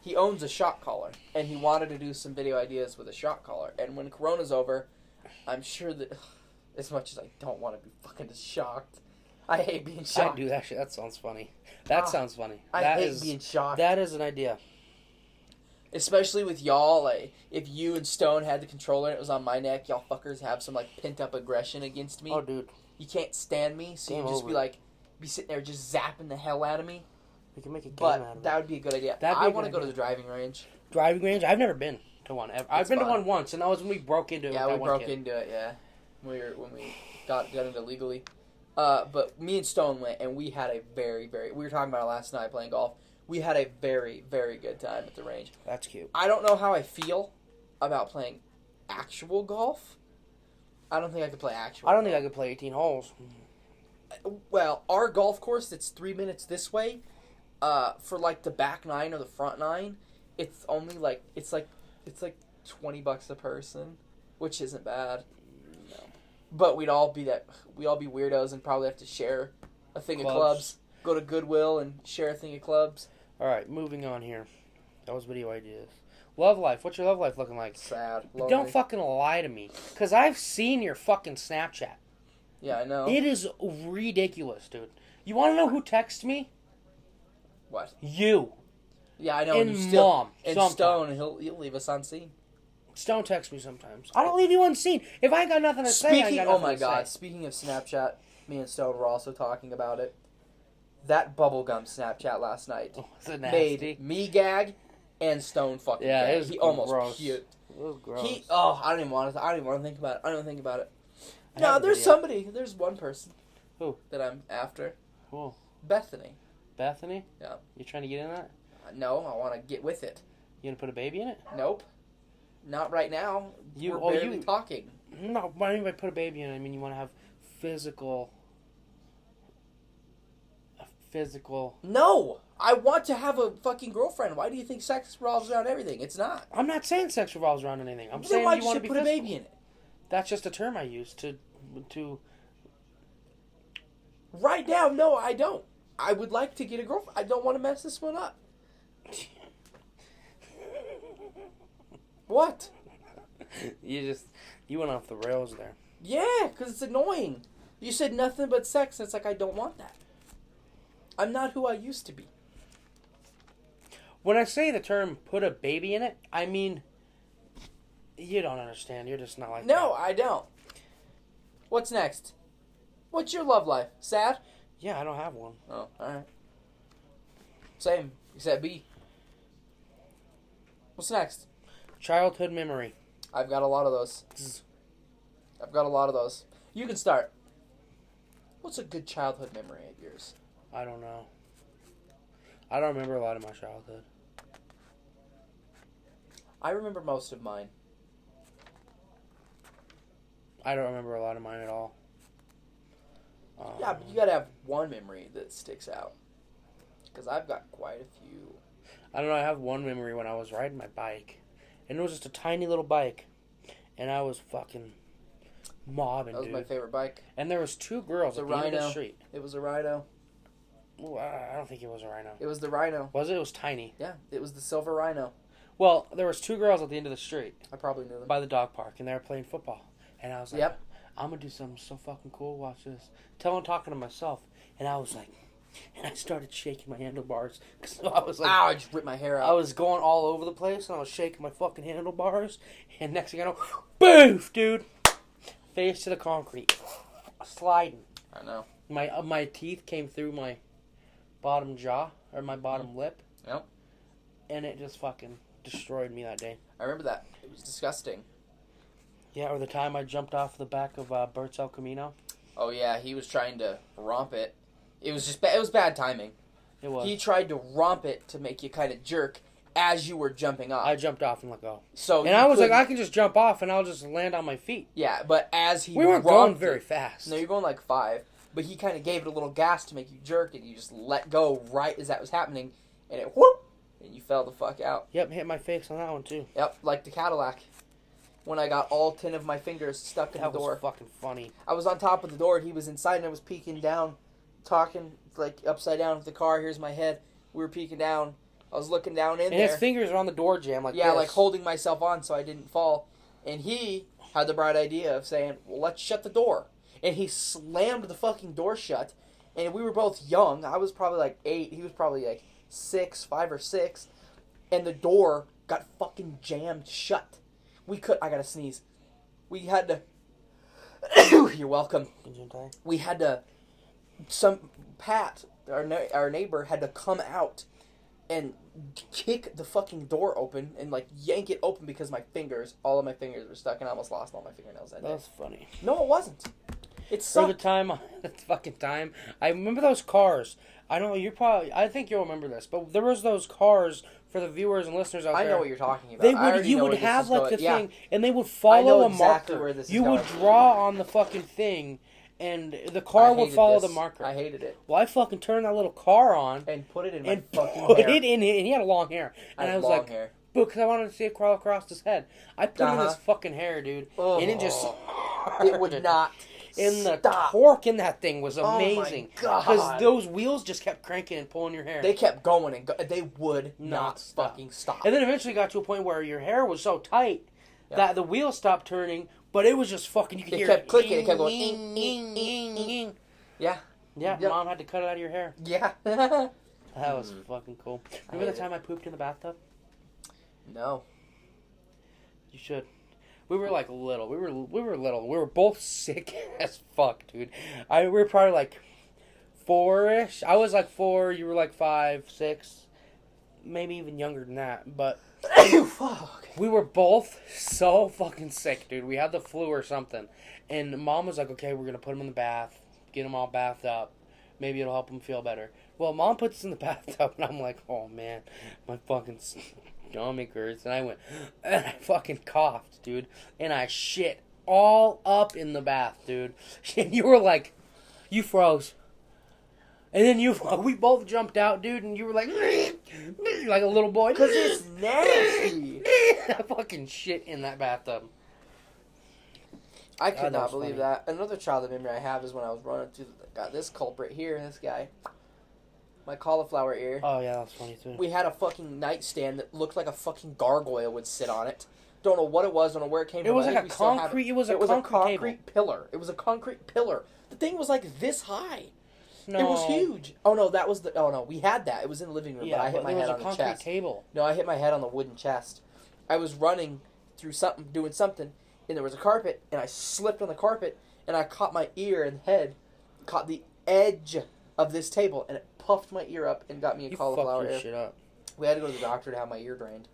Speaker 2: He owns a shot collar, and he wanted to do some video ideas with a shot collar. And when Corona's over, I'm sure that as much as I don't want to be fucking shocked, I hate being
Speaker 1: I
Speaker 2: shocked.
Speaker 1: do that shit. That sounds funny. That
Speaker 2: Ah,
Speaker 1: sounds funny.
Speaker 2: I
Speaker 1: That
Speaker 2: hate
Speaker 1: is-
Speaker 2: being shocked.
Speaker 1: that is an idea.
Speaker 2: Especially with y'all, like if you and Stone had the controller and it was on my neck, y'all fuckers have some like pent up aggression against me.
Speaker 1: Oh, dude,
Speaker 2: You can't stand me, so you
Speaker 1: Game
Speaker 2: just be
Speaker 1: over.
Speaker 2: like, be sitting there just zapping the hell out of me.
Speaker 1: we can make a game out
Speaker 2: But
Speaker 1: of
Speaker 2: that
Speaker 1: it.
Speaker 2: would be a good idea.
Speaker 1: That'd be
Speaker 2: I
Speaker 1: a
Speaker 2: want to
Speaker 1: good
Speaker 2: go to the
Speaker 1: idea.
Speaker 2: driving range.
Speaker 1: Driving range? I've never been to one ever. I've
Speaker 2: It's
Speaker 1: been to
Speaker 2: fun.
Speaker 1: one once, and that was when we broke into it.
Speaker 2: yeah,
Speaker 1: with
Speaker 2: we
Speaker 1: that one
Speaker 2: broke
Speaker 1: kid.
Speaker 2: into it. Yeah, we were when we got got into legally. Uh, but me and Stone went, and we had a very very. We were talking about it last night playing golf. We had a very very good time at the range.
Speaker 1: That's cute.
Speaker 2: I don't know how I feel about playing actual golf. I don't think I could play actual.
Speaker 1: I don't think I could play 18 holes.
Speaker 2: Well, our golf course that's three minutes this way, uh, for like the back nine or the front nine, it's only like it's like it's like twenty bucks a person, which isn't bad.
Speaker 1: No.
Speaker 2: But we'd all be that we all be weirdos and probably have to share a thing of clubs.
Speaker 1: Clubs.
Speaker 2: Go to Goodwill and share a thing of clubs.
Speaker 1: All right, moving on here. That was video ideas. Love life. What's your love life looking like?
Speaker 2: Sad.
Speaker 1: But
Speaker 2: Lonely.
Speaker 1: Don't fucking lie to me, cause I've seen your fucking Snapchat.
Speaker 2: Yeah, I know.
Speaker 1: It is ridiculous, dude. You want to know who texts me?
Speaker 2: what?
Speaker 1: You.
Speaker 2: Yeah, I know.
Speaker 1: And
Speaker 2: you still,
Speaker 1: mom,
Speaker 2: and
Speaker 1: sometimes.
Speaker 2: Stone. He'll he'll leave us on scene.
Speaker 1: Stone texts me sometimes. I don't leave you unseen. If I ain't got nothing to say, I ain't
Speaker 2: Speaking,
Speaker 1: got
Speaker 2: oh
Speaker 1: nothing
Speaker 2: my
Speaker 1: to
Speaker 2: god!
Speaker 1: say.
Speaker 2: Speaking of Snapchat, me and Stone were also talking about it. That bubblegum Snapchat last night
Speaker 1: Oh, it's a
Speaker 2: made
Speaker 1: nasty.
Speaker 2: me gag, and Stone fucking
Speaker 1: Yeah, it
Speaker 2: gag.
Speaker 1: was
Speaker 2: he almost
Speaker 1: gross.
Speaker 2: puked.
Speaker 1: It was gross.
Speaker 2: He oh, I don't even want to. I don't even want to think about it. I don't think about it.
Speaker 1: I
Speaker 2: No,
Speaker 1: have a
Speaker 2: there's
Speaker 1: video.
Speaker 2: somebody. There's one person.
Speaker 1: Who?
Speaker 2: That I'm after.
Speaker 1: Who?
Speaker 2: Bethany.
Speaker 1: Bethany.
Speaker 2: Yeah.
Speaker 1: You trying to get in that?
Speaker 2: Uh, No, I want to get with it.
Speaker 1: You gonna put a baby in it?
Speaker 2: Nope. Not right now.
Speaker 1: You-
Speaker 2: We're
Speaker 1: oh,
Speaker 2: barely
Speaker 1: you-
Speaker 2: talking.
Speaker 1: No, what I mean by put a baby in, I mean you want to have physical, a physical.
Speaker 2: No, I want to have a fucking girlfriend. Why do you think sex revolves around everything? It's not.
Speaker 1: I'm not saying sex revolves around anything. I'm
Speaker 2: Then
Speaker 1: saying
Speaker 2: why
Speaker 1: you
Speaker 2: did
Speaker 1: want
Speaker 2: you
Speaker 1: to be
Speaker 2: put a
Speaker 1: physical.
Speaker 2: baby in it?
Speaker 1: That's just a term I use to to.
Speaker 2: Right now, no, I don't. I would like to get a girlfriend. I don't want to mess this one up. What?
Speaker 1: you just you went off the rails there.
Speaker 2: Yeah, because it's annoying. You said nothing but sex, and it's like I don't want that. I'm not who I used to be.
Speaker 1: When I say the term "put a baby in it," I mean you don't understand. You're just not like
Speaker 2: No,
Speaker 1: that.
Speaker 2: I don't. What's next? What's your love life? Sad?
Speaker 1: Yeah, I don't have one.
Speaker 2: Oh, alright. Same, except B. What's next?
Speaker 1: Childhood memory.
Speaker 2: I've got a lot of those.
Speaker 1: Zzz.
Speaker 2: I've got a lot of those. You can start. What's a good childhood memory of yours?
Speaker 1: I don't know. I don't remember a lot of my childhood.
Speaker 2: I remember most of mine.
Speaker 1: I don't remember a lot of mine at all. Um,
Speaker 2: Yeah, but you gotta have one memory that sticks out. Because I've got quite a few.
Speaker 1: I don't know. I have one memory when I was riding my bike, and it was just a tiny little bike, and I was fucking mobbing,
Speaker 2: That was
Speaker 1: dude.
Speaker 2: my favorite bike.
Speaker 1: and there was two girls
Speaker 2: The
Speaker 1: at the end of
Speaker 2: Rhino.
Speaker 1: the street.
Speaker 2: It was a Rhino.
Speaker 1: Ooh, I I don't think it was a rhino.
Speaker 2: It was the Rhino.
Speaker 1: Was it? It was tiny.
Speaker 2: Yeah, it was the silver Rhino.
Speaker 1: Well, there was two girls at the end of the street
Speaker 2: I probably knew them.
Speaker 1: by the dog park, and they were playing football. And I was like,
Speaker 2: Yep.
Speaker 1: I'm gonna do something so fucking cool. Watch this. Tell them talking to myself, and I was like, and I started shaking my handlebars because I was like,
Speaker 2: Ow, I just ripped my hair
Speaker 1: I
Speaker 2: out.
Speaker 1: was going all over the place and I was shaking my fucking handlebars, and next thing I know, boof, dude, face to the concrete, sliding.
Speaker 2: I know.
Speaker 1: My uh, my teeth came through my bottom jaw or my bottom lip.
Speaker 2: Mm. Yep.
Speaker 1: And it just fucking destroyed me that day.
Speaker 2: I remember that. It was disgusting.
Speaker 1: Yeah, or the time I jumped off the back of uh, Bert's El Camino.
Speaker 2: Oh yeah, he was trying to romp it. It was just ba- it was bad timing.
Speaker 1: It was.
Speaker 2: He tried to romp it to make you kind of jerk as you were jumping off.
Speaker 1: I jumped off and let go.
Speaker 2: so
Speaker 1: And
Speaker 2: Oh, you
Speaker 1: I was like,
Speaker 2: couldn't-
Speaker 1: I can just jump off and I'll just land on my feet.
Speaker 2: yeah, but as he
Speaker 1: We weren't
Speaker 2: romped
Speaker 1: going very
Speaker 2: it-
Speaker 1: fast.
Speaker 2: No, you're going like five, but he kind of gave it a little gas to make you jerk, and you just let go right as that was happening, and it whoop, and you fell the fuck out.
Speaker 1: Yep, hit my face on that one too.
Speaker 2: Yep, like the Cadillac. When I got all ten of my fingers stuck in
Speaker 1: That
Speaker 2: the
Speaker 1: was
Speaker 2: door.
Speaker 1: fucking funny.
Speaker 2: I was on top of the door and he was inside and I was peeking down, talking like upside down with the car. Here's my head. We were peeking down. I was looking down in
Speaker 1: And
Speaker 2: there.
Speaker 1: his fingers are on the door jam like
Speaker 2: yeah,
Speaker 1: this.
Speaker 2: like holding myself on so I didn't fall. And he had the bright idea of saying, well, let's shut the door. And he slammed the fucking door shut. And we were both young. I was probably like eight. He was probably like six, five or six. And the door got fucking jammed shut. We could. I gotta sneeze. We had to. You're welcome we had to some pat our ne- our neighbor had to come out and kick the fucking door open and like yank it open because my fingers all of my fingers were stuck and I almost lost all my fingernails that
Speaker 1: That
Speaker 2: day.
Speaker 1: was funny.
Speaker 2: No, it wasn't. It
Speaker 1: So the
Speaker 2: sucked.
Speaker 1: time, the fucking time, I remember those cars. I know you probably, I think you'll remember this, but there was those cars for the viewers and listeners out
Speaker 2: I
Speaker 1: there.
Speaker 2: know what you're talking about.
Speaker 1: They
Speaker 2: I
Speaker 1: would
Speaker 2: already
Speaker 1: you
Speaker 2: know
Speaker 1: would
Speaker 2: where this
Speaker 1: have
Speaker 2: is
Speaker 1: like
Speaker 2: going.
Speaker 1: the
Speaker 2: Yeah.
Speaker 1: thing, and they would follow a
Speaker 2: exactly
Speaker 1: marker.
Speaker 2: where this is
Speaker 1: you would
Speaker 2: going.
Speaker 1: draw on the fucking thing, and the
Speaker 2: I
Speaker 1: car would
Speaker 2: hated
Speaker 1: follow
Speaker 2: this.
Speaker 1: the marker.
Speaker 2: I hated it
Speaker 1: well, I fucking turned that little car on
Speaker 2: and put it in my
Speaker 1: and
Speaker 2: fucking
Speaker 1: put
Speaker 2: hair.
Speaker 1: it in it, and he had long hair,
Speaker 2: I
Speaker 1: and
Speaker 2: had
Speaker 1: I was
Speaker 2: long
Speaker 1: like,
Speaker 2: hair.
Speaker 1: because I wanted to see it crawl across his head. I put it in
Speaker 2: Uh-huh.
Speaker 1: his fucking hair, dude,
Speaker 2: Oh.
Speaker 1: and it just
Speaker 2: It would not.
Speaker 1: And the
Speaker 2: stop. Oh
Speaker 1: torque in that thing was
Speaker 2: my
Speaker 1: amazing.
Speaker 2: God.
Speaker 1: those wheels just kept cranking and pulling your hair.
Speaker 2: They kept going and go- they would not,
Speaker 1: stop.
Speaker 2: fucking stop.
Speaker 1: and then eventually got to a point where your hair was so tight
Speaker 2: Yeah.
Speaker 1: that the wheels stopped turning, but it was just fucking. You could
Speaker 2: It
Speaker 1: hear
Speaker 2: kept clicking, it kept going,
Speaker 1: "Ing, ing, ing, ing, ing."
Speaker 2: yeah.
Speaker 1: Yeah,
Speaker 2: Yep.
Speaker 1: mom had to cut it out of your hair.
Speaker 2: Yeah.
Speaker 1: That was fucking cool. Remember the
Speaker 2: Mm-hmm. hate it.
Speaker 1: time I pooped in the bathtub?
Speaker 2: no.
Speaker 1: You should. We were like little. We were we were little. We were both sick as fuck, dude. I we were probably like four-ish. I was like four. You were like five, six, maybe even younger than that. But
Speaker 2: fuck.
Speaker 1: we were both so fucking sick, dude. We had the flu or something, and mom was like, "Okay, we're gonna put him in the bath, get him all bathed up. Maybe it'll help him feel better." Well, mom puts us in the bathtub, and I'm like, "Oh man, my fucking stomach hurts," and I went, and I fucking coughed, dude, and I shit all up in the bath, dude. And you were like, "You froze." And then you, we both jumped out, dude, and you were like, like a little boy,
Speaker 2: Cause it's nasty.
Speaker 1: I fucking shit in that bathtub.
Speaker 2: I
Speaker 1: God, that
Speaker 2: could not
Speaker 1: was
Speaker 2: believe
Speaker 1: funny.
Speaker 2: that. Another childhood memory I have is when I was running through. The, got this culprit here and this guy. My cauliflower ear.
Speaker 1: Oh yeah, that was funny too.
Speaker 2: We had a fucking nightstand that looked like a fucking gargoyle would sit on it. Don't know what it was. Don't know where it came
Speaker 1: It
Speaker 2: from.
Speaker 1: was
Speaker 2: I
Speaker 1: like
Speaker 2: think
Speaker 1: a
Speaker 2: we still have it.
Speaker 1: concrete- it was a
Speaker 2: It was
Speaker 1: concrete
Speaker 2: a concrete pillar. It was a concrete pillar. The thing was like this high.
Speaker 1: no,
Speaker 2: It was huge. Oh no, that was the. Oh no, we had that. It was in the living room,
Speaker 1: Yeah,
Speaker 2: but I hit
Speaker 1: but
Speaker 2: my
Speaker 1: there was
Speaker 2: head
Speaker 1: a
Speaker 2: on the
Speaker 1: concrete
Speaker 2: chest.
Speaker 1: table.
Speaker 2: No, I hit my head on the wooden chest. I was running through something, doing something, and there was a carpet, and I slipped on the carpet, and I caught my ear and head, caught the edge of this table, and it puffed my ear up and got me a
Speaker 1: You fucked
Speaker 2: cauliflower
Speaker 1: your
Speaker 2: ear.
Speaker 1: shit up.
Speaker 2: We had to go to the doctor to have my ear drained,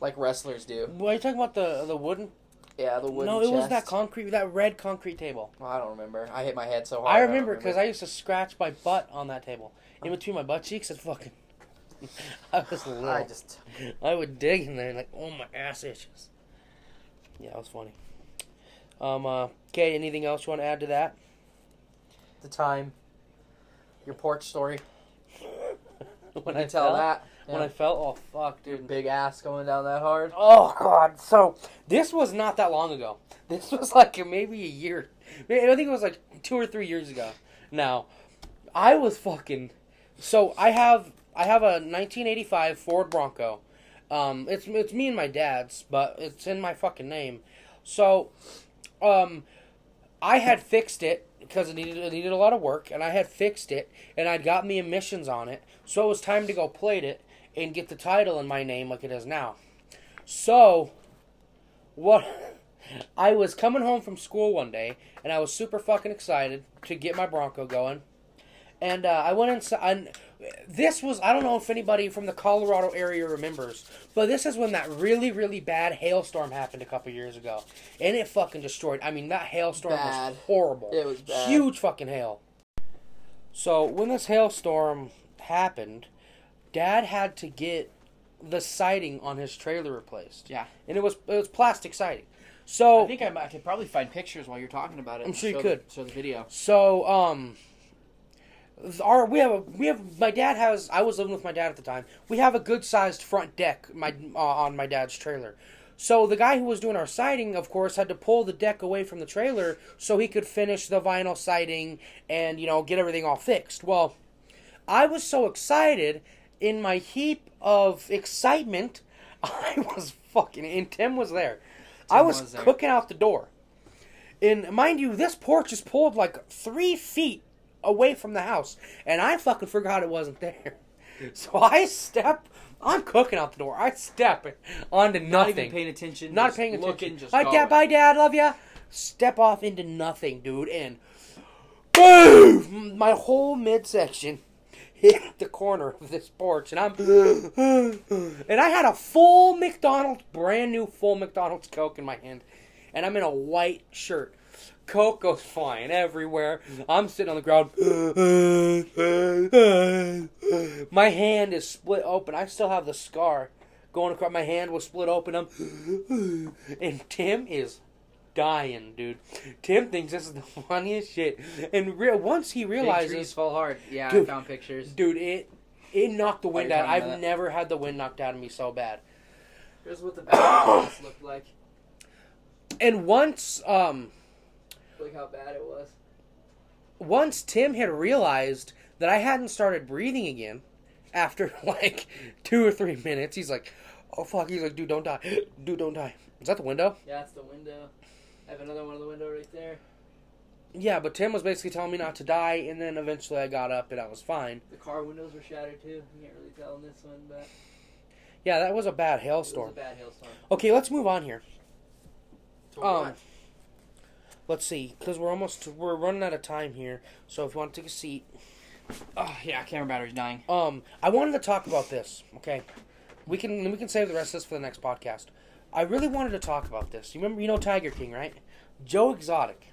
Speaker 2: like wrestlers do.
Speaker 1: Were you talking about the the wooden?
Speaker 2: Yeah, the wooden.
Speaker 1: no, it was
Speaker 2: chest.
Speaker 1: that concrete, that red concrete table.
Speaker 2: Well, I don't remember. Oh, I hit my head so hard.
Speaker 1: I
Speaker 2: don't
Speaker 1: remember because I used to scratch my butt on that table, in between my butt cheeks. and fucking. I was little.
Speaker 2: I just.
Speaker 1: I would dig in there and like, oh my ass itches. Yeah, that was funny. Um, uh, okay. Anything else you want to add to that?
Speaker 2: the time. Your porch story.
Speaker 1: when
Speaker 2: you tell
Speaker 1: fell?
Speaker 2: that.
Speaker 1: When I fell, oh fuck, dude.
Speaker 2: big ass going down that hard.
Speaker 1: Oh god! So this was not that long ago. This was like maybe a year. I think it was like two or three years ago. Now, I was fucking. So I have I have a 1985 Ford Bronco. Um, it's it's me and my dad's, but it's in my fucking name. So, um, I had fixed it because it needed it needed a lot of work, and I had fixed it, and I'd got me emissions on it, so it was time to go plate it and get the title in my name like it is now. So, what? I was coming home from school one day, and I was super fucking excited to get my Bronco going, and uh, I went inside. This was I don't know if anybody from the Colorado area remembers, but this is when that really really bad hailstorm happened a couple years ago, and it fucking destroyed. I mean that hailstorm
Speaker 2: Bad.
Speaker 1: was horrible.
Speaker 2: It was bad.
Speaker 1: Huge fucking hail. So when this hailstorm happened, Dad had to get the siding on his trailer replaced.
Speaker 2: Yeah.
Speaker 1: and it was it was plastic siding. So
Speaker 2: I think I, might, I could probably find pictures while you're talking about
Speaker 1: Oh.
Speaker 2: it.
Speaker 1: I'm
Speaker 2: and
Speaker 1: sure you
Speaker 2: show
Speaker 1: could.
Speaker 2: The, show the video.
Speaker 1: So, um, th- our we have a we have my dad has I was living with my dad at the time. We have a good sized front deck my uh, on my dad's trailer. So the guy who was doing our siding, of course, had to pull the deck away from the trailer so he could finish the vinyl siding and you know get everything all fixed. Well, I was so excited in my heap of excitement, I was fucking and Tim was there. I was,
Speaker 2: was there.
Speaker 1: cooking out the door. And mind you, this porch is pulled like three feet away from the house, and I fucking forgot it wasn't there. So I step, I'm cooking out the door. I step onto nothing,
Speaker 2: Not even paying attention.
Speaker 1: not
Speaker 2: just
Speaker 1: paying attention.
Speaker 2: Looking, just
Speaker 1: Like, yeah,
Speaker 2: going.
Speaker 1: bye, dad, love ya. Step off into nothing, dude, and boom! My whole midsection hit the corner of this porch, and I'm and I had a full McDonald's, brand new full McDonald's Coke in my hand, and I'm in a white shirt. Coke goes flying everywhere. I'm sitting on the ground. My hand is split open. I still have the scar going across. My hand was split open. I'm and Tim is dying, dude. Tim thinks this is the funniest shit. And re- once he
Speaker 2: Big trees
Speaker 1: realizes,
Speaker 2: fall hard. Yeah,
Speaker 1: Dude.
Speaker 2: I found pictures.
Speaker 1: dude, it it knocked the wind
Speaker 2: you're
Speaker 1: out.
Speaker 2: talking
Speaker 1: I've
Speaker 2: about that.
Speaker 1: never had the wind knocked out of me so bad.
Speaker 2: Here's what the back looked like.
Speaker 1: And once um
Speaker 2: Look how bad it was.
Speaker 1: once Tim had realized that I hadn't started breathing again after like two or three minutes, he's like, "Oh fuck!" He's like, "Dude, don't die, dude, don't die." Is that the window?
Speaker 2: Yeah, it's the window. I have another one of the window right there.
Speaker 1: Yeah, but Tim was basically telling me not to die, and then eventually I got up and I was fine.
Speaker 2: The car windows were shattered too. You can't really tell in this one, but
Speaker 1: Yeah, that was a bad
Speaker 2: it was
Speaker 1: hailstorm.
Speaker 2: a bad hailstorm.
Speaker 1: Okay, let's move on here. Um,
Speaker 2: Alright.
Speaker 1: Let's see, because we're almost we're running out of time here. So if you want to take a seat,
Speaker 2: oh yeah, camera battery's dying.
Speaker 1: um, I wanted to talk about this. Okay, we can we can save the rest of this for the next podcast. I really wanted to talk about this. You remember, you know Tiger King, right? Joe Exotic.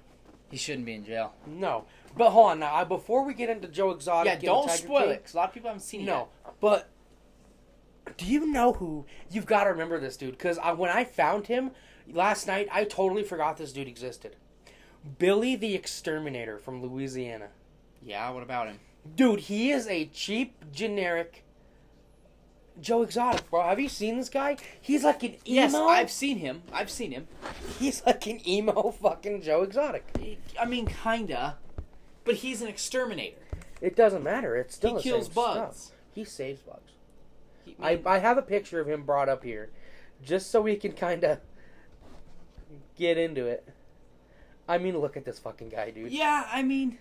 Speaker 2: He shouldn't be in jail.
Speaker 1: No, but hold on now. I, before we get into Joe Exotic,
Speaker 2: Yeah,
Speaker 1: and
Speaker 2: don't
Speaker 1: Tiger
Speaker 2: spoil
Speaker 1: King-
Speaker 2: it. Cause a lot of people haven't seen it.
Speaker 1: No, but do you know who? You've got to remember this dude because I, when I found him last night, I totally forgot this dude existed. Billy the Exterminator from Louisiana.
Speaker 2: Yet. Yeah, what about him?
Speaker 1: Dude, he is a cheap, generic Joe Exotic, bro. Have you seen this guy? He's like an emo.
Speaker 2: Yes, I've seen him. I've seen him.
Speaker 1: He's like an emo fucking Joe Exotic.
Speaker 2: I mean, kinda, but he's an exterminator.
Speaker 1: It doesn't matter. It's still
Speaker 2: He
Speaker 1: the
Speaker 2: kills
Speaker 1: same
Speaker 2: bugs.
Speaker 1: stuff. He saves bugs.
Speaker 2: He-
Speaker 1: I, I have a picture of him brought up here, just so we can kind of get into it. I mean, look at this fucking guy, dude.
Speaker 2: yeah, I mean,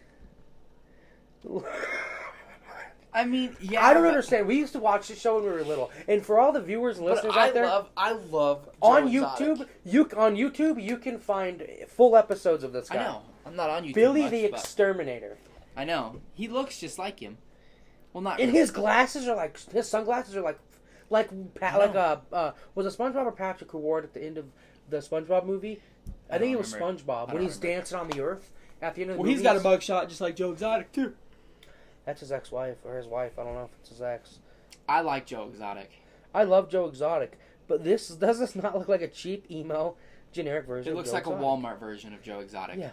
Speaker 2: I mean, yeah.
Speaker 1: I don't
Speaker 2: but-
Speaker 1: understand. We used to watch this show when we were little, and for all the viewers and
Speaker 2: But
Speaker 1: listeners
Speaker 2: I
Speaker 1: out there,
Speaker 2: love, I love Joe
Speaker 1: on
Speaker 2: Exotic.
Speaker 1: YouTube, you c- on YouTube you can find full episodes of this
Speaker 2: I
Speaker 1: guy.
Speaker 2: know. I'm not on YouTube.
Speaker 1: Billy
Speaker 2: much,
Speaker 1: the
Speaker 2: but-
Speaker 1: Exterminator,
Speaker 2: I know. He looks just like him. Well, not
Speaker 1: and
Speaker 2: really.
Speaker 1: his glasses are like his sunglasses are like like pa-
Speaker 2: I
Speaker 1: like a uh, was it SpongeBob or Patrick who wore it at the end of the SpongeBob movie? I,
Speaker 2: I
Speaker 1: think it
Speaker 2: don't
Speaker 1: was
Speaker 2: remember. I
Speaker 1: SpongeBob
Speaker 2: don't
Speaker 1: when he's
Speaker 2: remember.
Speaker 1: dancing on the earth at the end of the
Speaker 2: Well,
Speaker 1: movie.
Speaker 2: he's got a bug shot just like Joe Exotic too.
Speaker 1: That's his ex-wife or his wife. I don't know if it's his ex.
Speaker 2: I like Joe Exotic.
Speaker 1: I love Joe Exotic, but this does this not look like a cheap emo generic version.
Speaker 2: It
Speaker 1: of
Speaker 2: looks
Speaker 1: Joe
Speaker 2: like a
Speaker 1: Exotic?
Speaker 2: Walmart version of Joe Exotic.
Speaker 1: Yeah.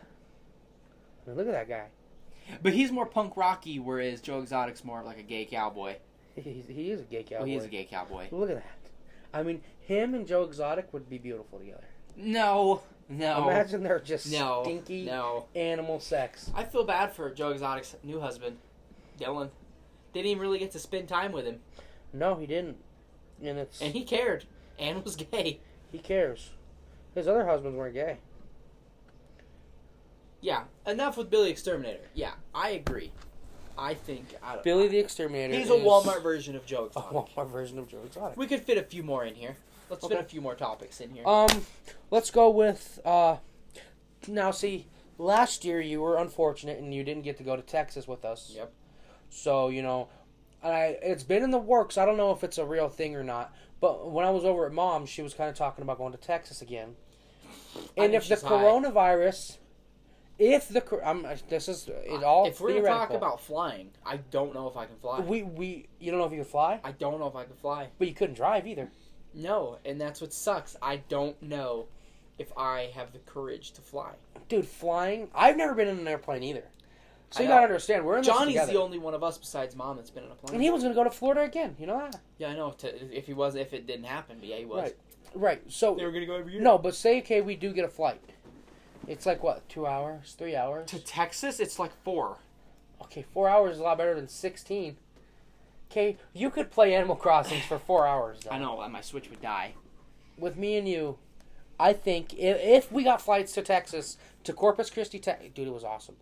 Speaker 1: I mean, look at that guy.
Speaker 2: But he's more punk rocky, whereas Joe Exotic's more like a gay cowboy.
Speaker 1: He's, he is a gay cowboy.
Speaker 2: Well, he is a gay cowboy.
Speaker 1: Look at that. I mean, him and Joe Exotic would be beautiful together.
Speaker 2: No, no,
Speaker 1: Imagine they're just
Speaker 2: no,
Speaker 1: stinky
Speaker 2: no.
Speaker 1: animal sex.
Speaker 2: I feel bad for Joe Exotic's new husband, Dylan. Didn't even really get to spend time with him,
Speaker 1: No, he didn't. And it's
Speaker 2: and he cared and was gay.
Speaker 1: he cares. His other husbands weren't gay.
Speaker 2: Yeah, enough with Billy Exterminator. Yeah, I agree. I think I don't,
Speaker 1: Billy the Exterminator.
Speaker 2: He's
Speaker 1: is
Speaker 2: a Walmart version of Joe
Speaker 1: A
Speaker 2: Exotic.
Speaker 1: Walmart version of Joe Exotic.
Speaker 2: We could fit a few more in here. Let's fit
Speaker 1: Okay.
Speaker 2: a few more topics in here.
Speaker 1: Um, let's go with uh. Now, see, last year you were unfortunate and you didn't get to go to Texas with us.
Speaker 2: Yep.
Speaker 1: So you know, and I it's been in the works. I don't know if it's a real thing or not. But when I was over at Mom's, she was kind of talking about going to Texas again.
Speaker 2: I
Speaker 1: And
Speaker 2: think
Speaker 1: if the
Speaker 2: she's high.
Speaker 1: coronavirus, if the cor- I'm, this is it all
Speaker 2: Uh, if we're gonna talk
Speaker 1: theoretical.
Speaker 2: about flying, I don't know if I can fly.
Speaker 1: we we you don't know if you could fly,
Speaker 2: I don't know if I can fly.
Speaker 1: but you couldn't drive either.
Speaker 2: No, and that's what sucks. I don't know if I have the courage to fly.
Speaker 1: Dude, flying. I've never been in an airplane either. So
Speaker 2: I
Speaker 1: you
Speaker 2: know.
Speaker 1: gotta understand, we're in this
Speaker 2: Johnny's
Speaker 1: together.
Speaker 2: the only one of us besides mom that's been in a plane.
Speaker 1: And he was gonna go to Florida again. You know that,
Speaker 2: yeah, I know. To, if he was, if it didn't happen, but yeah, he was.
Speaker 1: right? Right. So
Speaker 2: They were gonna go every year.
Speaker 1: no, but say okay, we do get a flight. It's like what, two hours, three hours?
Speaker 2: to Texas, it's like four.
Speaker 1: Okay, four hours is a lot better than sixteen. Okay, you could play Animal Crossing for four hours. Though.
Speaker 2: I know. uh, My Switch would die.
Speaker 1: With me and you, I think if, if we got flights to Texas to Corpus Christi, Te- dude, it was awesome.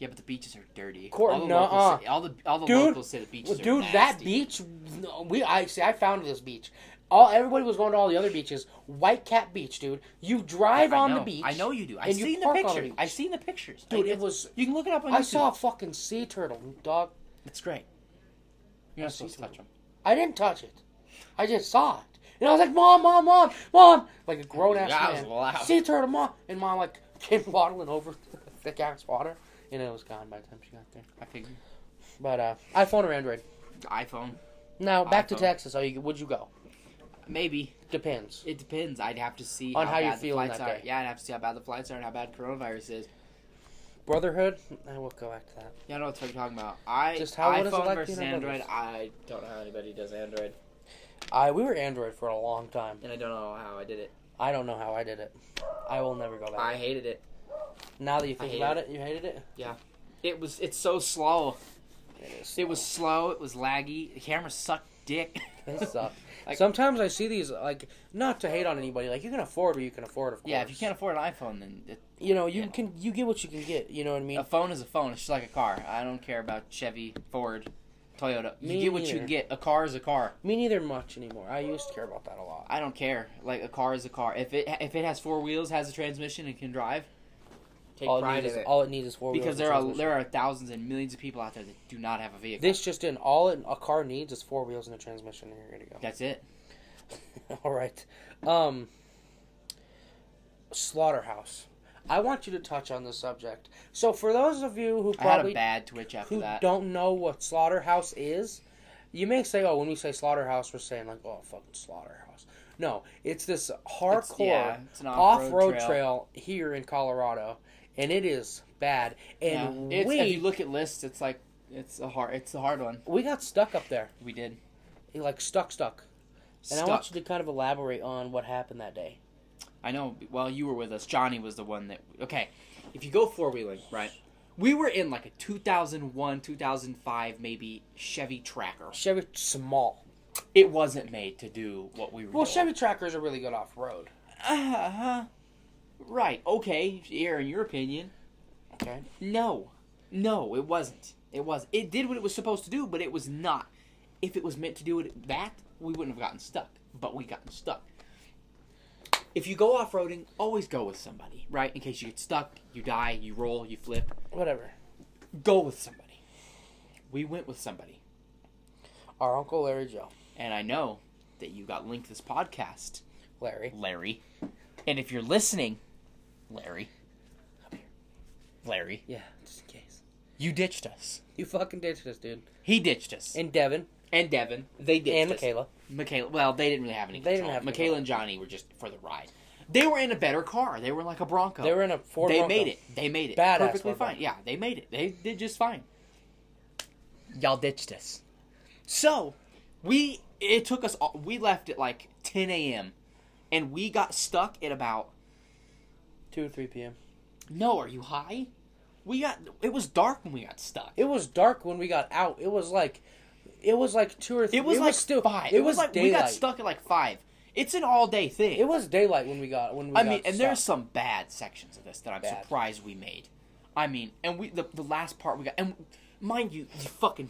Speaker 2: Yeah, but the beaches are dirty.
Speaker 1: Cor-
Speaker 2: all, the
Speaker 1: nuh-uh.
Speaker 2: locals say, all the all the
Speaker 1: Dude,
Speaker 2: locals say the beaches
Speaker 1: Well,
Speaker 2: are
Speaker 1: dude,
Speaker 2: nasty.
Speaker 1: that beach, no, we I see. I found this beach. All everybody was going to all the other beaches. White Cat Beach, dude. You drive
Speaker 2: I
Speaker 1: on
Speaker 2: know,
Speaker 1: the beach.
Speaker 2: I know you do. I've
Speaker 1: and you
Speaker 2: seen the
Speaker 1: park on the
Speaker 2: pictures.
Speaker 1: beach.
Speaker 2: I've seen the pictures,
Speaker 1: dude.
Speaker 2: I-
Speaker 1: It was.
Speaker 2: You can look it up on YouTube.
Speaker 1: I saw a fucking sea turtle, dog.
Speaker 2: It's great. You're
Speaker 1: I
Speaker 2: not
Speaker 1: see
Speaker 2: supposed to touch
Speaker 1: something.
Speaker 2: them.
Speaker 1: I didn't touch it. I just saw it. And I was like, Mom, Mom, Mom, Mom! Like a grown ass
Speaker 2: That was
Speaker 1: man.
Speaker 2: loud.
Speaker 1: Sea turtle, Mom! And Mom, like, came waddling over the thick ass water. And it was gone by the time she got there.
Speaker 2: I figured.
Speaker 1: But, uh, iPhone or Android?
Speaker 2: iPhone.
Speaker 1: Now, back to
Speaker 2: iPhone.
Speaker 1: Texas. Are you, would you go?
Speaker 2: Maybe
Speaker 1: Depends.
Speaker 2: it depends. I'd have to see
Speaker 1: On how you
Speaker 2: bad the
Speaker 1: feel
Speaker 2: flights
Speaker 1: that
Speaker 2: are.
Speaker 1: day.
Speaker 2: Yeah, I'd have to see how bad the flights are and how bad coronavirus is.
Speaker 1: Brotherhood? I will go back to that.
Speaker 2: Yeah, I know what you're talking about. I
Speaker 1: Just how- what is it
Speaker 2: iPhone
Speaker 1: like
Speaker 2: versus
Speaker 1: being on
Speaker 2: Android.
Speaker 1: brothers?
Speaker 2: I don't know how anybody does Android,
Speaker 1: I, we were Android for a long time.
Speaker 2: and I don't know how I did it.
Speaker 1: I don't know how I did it. I will never go back.
Speaker 2: I hated it.
Speaker 1: now that you
Speaker 2: I
Speaker 1: think
Speaker 2: hate
Speaker 1: about it. you hated it?
Speaker 2: It was. It's so slow.
Speaker 1: It, is
Speaker 2: It was slow. It was laggy. The camera sucked dick.
Speaker 1: They suck.
Speaker 2: Like-
Speaker 1: Sometimes I see these like not to hate on anybody. Like you can afford what you can afford, of course.
Speaker 2: Yeah, if you can't afford an iPhone, then it,
Speaker 1: you know you
Speaker 2: yeah.
Speaker 1: can you get what you can get. You know what I mean?
Speaker 2: a phone is a phone. It's just like a car. I don't care about Chevy, Ford, Toyota. You
Speaker 1: Me
Speaker 2: get what you
Speaker 1: neither.
Speaker 2: get. A car is a car.
Speaker 1: Me neither much anymore. I used to care about that a lot.
Speaker 2: I don't care. Like a car is a car. If it if it has four wheels, has a transmission, and can drive, take
Speaker 1: all it
Speaker 2: pride
Speaker 1: needs
Speaker 2: in
Speaker 1: is
Speaker 2: it.
Speaker 1: all it needs is four wheels.
Speaker 2: because
Speaker 1: and
Speaker 2: there are
Speaker 1: transmission.
Speaker 2: there are thousands and millions of people out there that do not have a vehicle.
Speaker 1: This just in, all it, a car needs is four wheels and a transmission, and you're gonna
Speaker 2: That's it.
Speaker 1: go. all right, um, slaughterhouse. I want you to touch on this subject. So for those of you who
Speaker 2: I had a
Speaker 1: probably
Speaker 2: bad twitch after
Speaker 1: who
Speaker 2: that.
Speaker 1: don't know what slaughterhouse is, you may say, "Oh, when we say slaughterhouse, we're saying like, oh, fucking slaughterhouse." No, it's this hardcore
Speaker 2: It's- yeah, it's an
Speaker 1: off-road,
Speaker 2: off-road
Speaker 1: trail.
Speaker 2: trail.
Speaker 1: here in Colorado, and it is bad.
Speaker 2: Yeah.
Speaker 1: And
Speaker 2: It's-
Speaker 1: we
Speaker 2: if you look at lists, it's like it's a hard it's a hard one.
Speaker 1: we got stuck up there,
Speaker 2: We did.
Speaker 1: like stuck, stuck. And
Speaker 2: Stuck.
Speaker 1: I want you to kind of elaborate on what happened that day.
Speaker 2: I know. Well, you were with us. Johnny was the one that. Okay, if you go four wheeling, right? We were in like a 2001, 2005, maybe Chevy Tracker.
Speaker 1: Chevy small.
Speaker 2: It wasn't made to do what we were.
Speaker 1: Well,
Speaker 2: doing.
Speaker 1: Chevy Uh-huh. Tracker's a really good off-road.
Speaker 2: Uh huh. Right. Okay. Here, in your opinion,
Speaker 1: Okay.
Speaker 2: no, no, it wasn't. It was. It did what it was supposed to do, but it was not. If it was meant to do it that, we wouldn't have gotten stuck. But we gotten stuck. If you go off roading, always go with somebody, right? In case you get stuck, you die, you roll, you flip.
Speaker 1: Whatever.
Speaker 2: Go with somebody. We went with somebody,
Speaker 1: Our uncle Larry Joe.
Speaker 2: and I know that you got linked this podcast,
Speaker 1: Larry.
Speaker 2: Larry. And if you're listening, Larry, Larry,
Speaker 1: Yeah, just in case.
Speaker 2: you ditched us.
Speaker 1: You fucking ditched us, dude.
Speaker 2: He ditched us.
Speaker 1: And Devin.
Speaker 2: and Devin. They ditched
Speaker 1: and
Speaker 2: us.
Speaker 1: Michaela.
Speaker 2: Michaela. Well, they didn't really have any.
Speaker 1: They didn't
Speaker 2: control.
Speaker 1: have
Speaker 2: Michaela
Speaker 1: control.
Speaker 2: and Johnny were just for the ride. They were in a better car. They were in like a Bronco.
Speaker 1: Oh. They were in a Ford.
Speaker 2: They
Speaker 1: Bronco.
Speaker 2: made it. They made it.
Speaker 1: Badass
Speaker 2: Perfectly
Speaker 1: Ford Bronco.
Speaker 2: fine. Yeah, they made it. They did just fine. Y'all ditched us. So we it took us. all- We left at like 10 a.m. and we got stuck at about.
Speaker 1: Two or three p.m.
Speaker 2: No, are you high? We got. It was dark when we got stuck.
Speaker 1: It was dark when we got out. It was like, it was like two or three.
Speaker 2: It was like
Speaker 1: still
Speaker 2: five.
Speaker 1: It, was,
Speaker 2: like
Speaker 1: daylight.
Speaker 2: we got stuck at like five. It's an all day thing.
Speaker 1: It was daylight when we got when we.
Speaker 2: I
Speaker 1: got
Speaker 2: mean, and there's
Speaker 1: stuck.
Speaker 2: some bad sections of this that I'm
Speaker 1: Bad.
Speaker 2: surprised we made. I mean, and we the, the last part we got, and mind you, you fucking,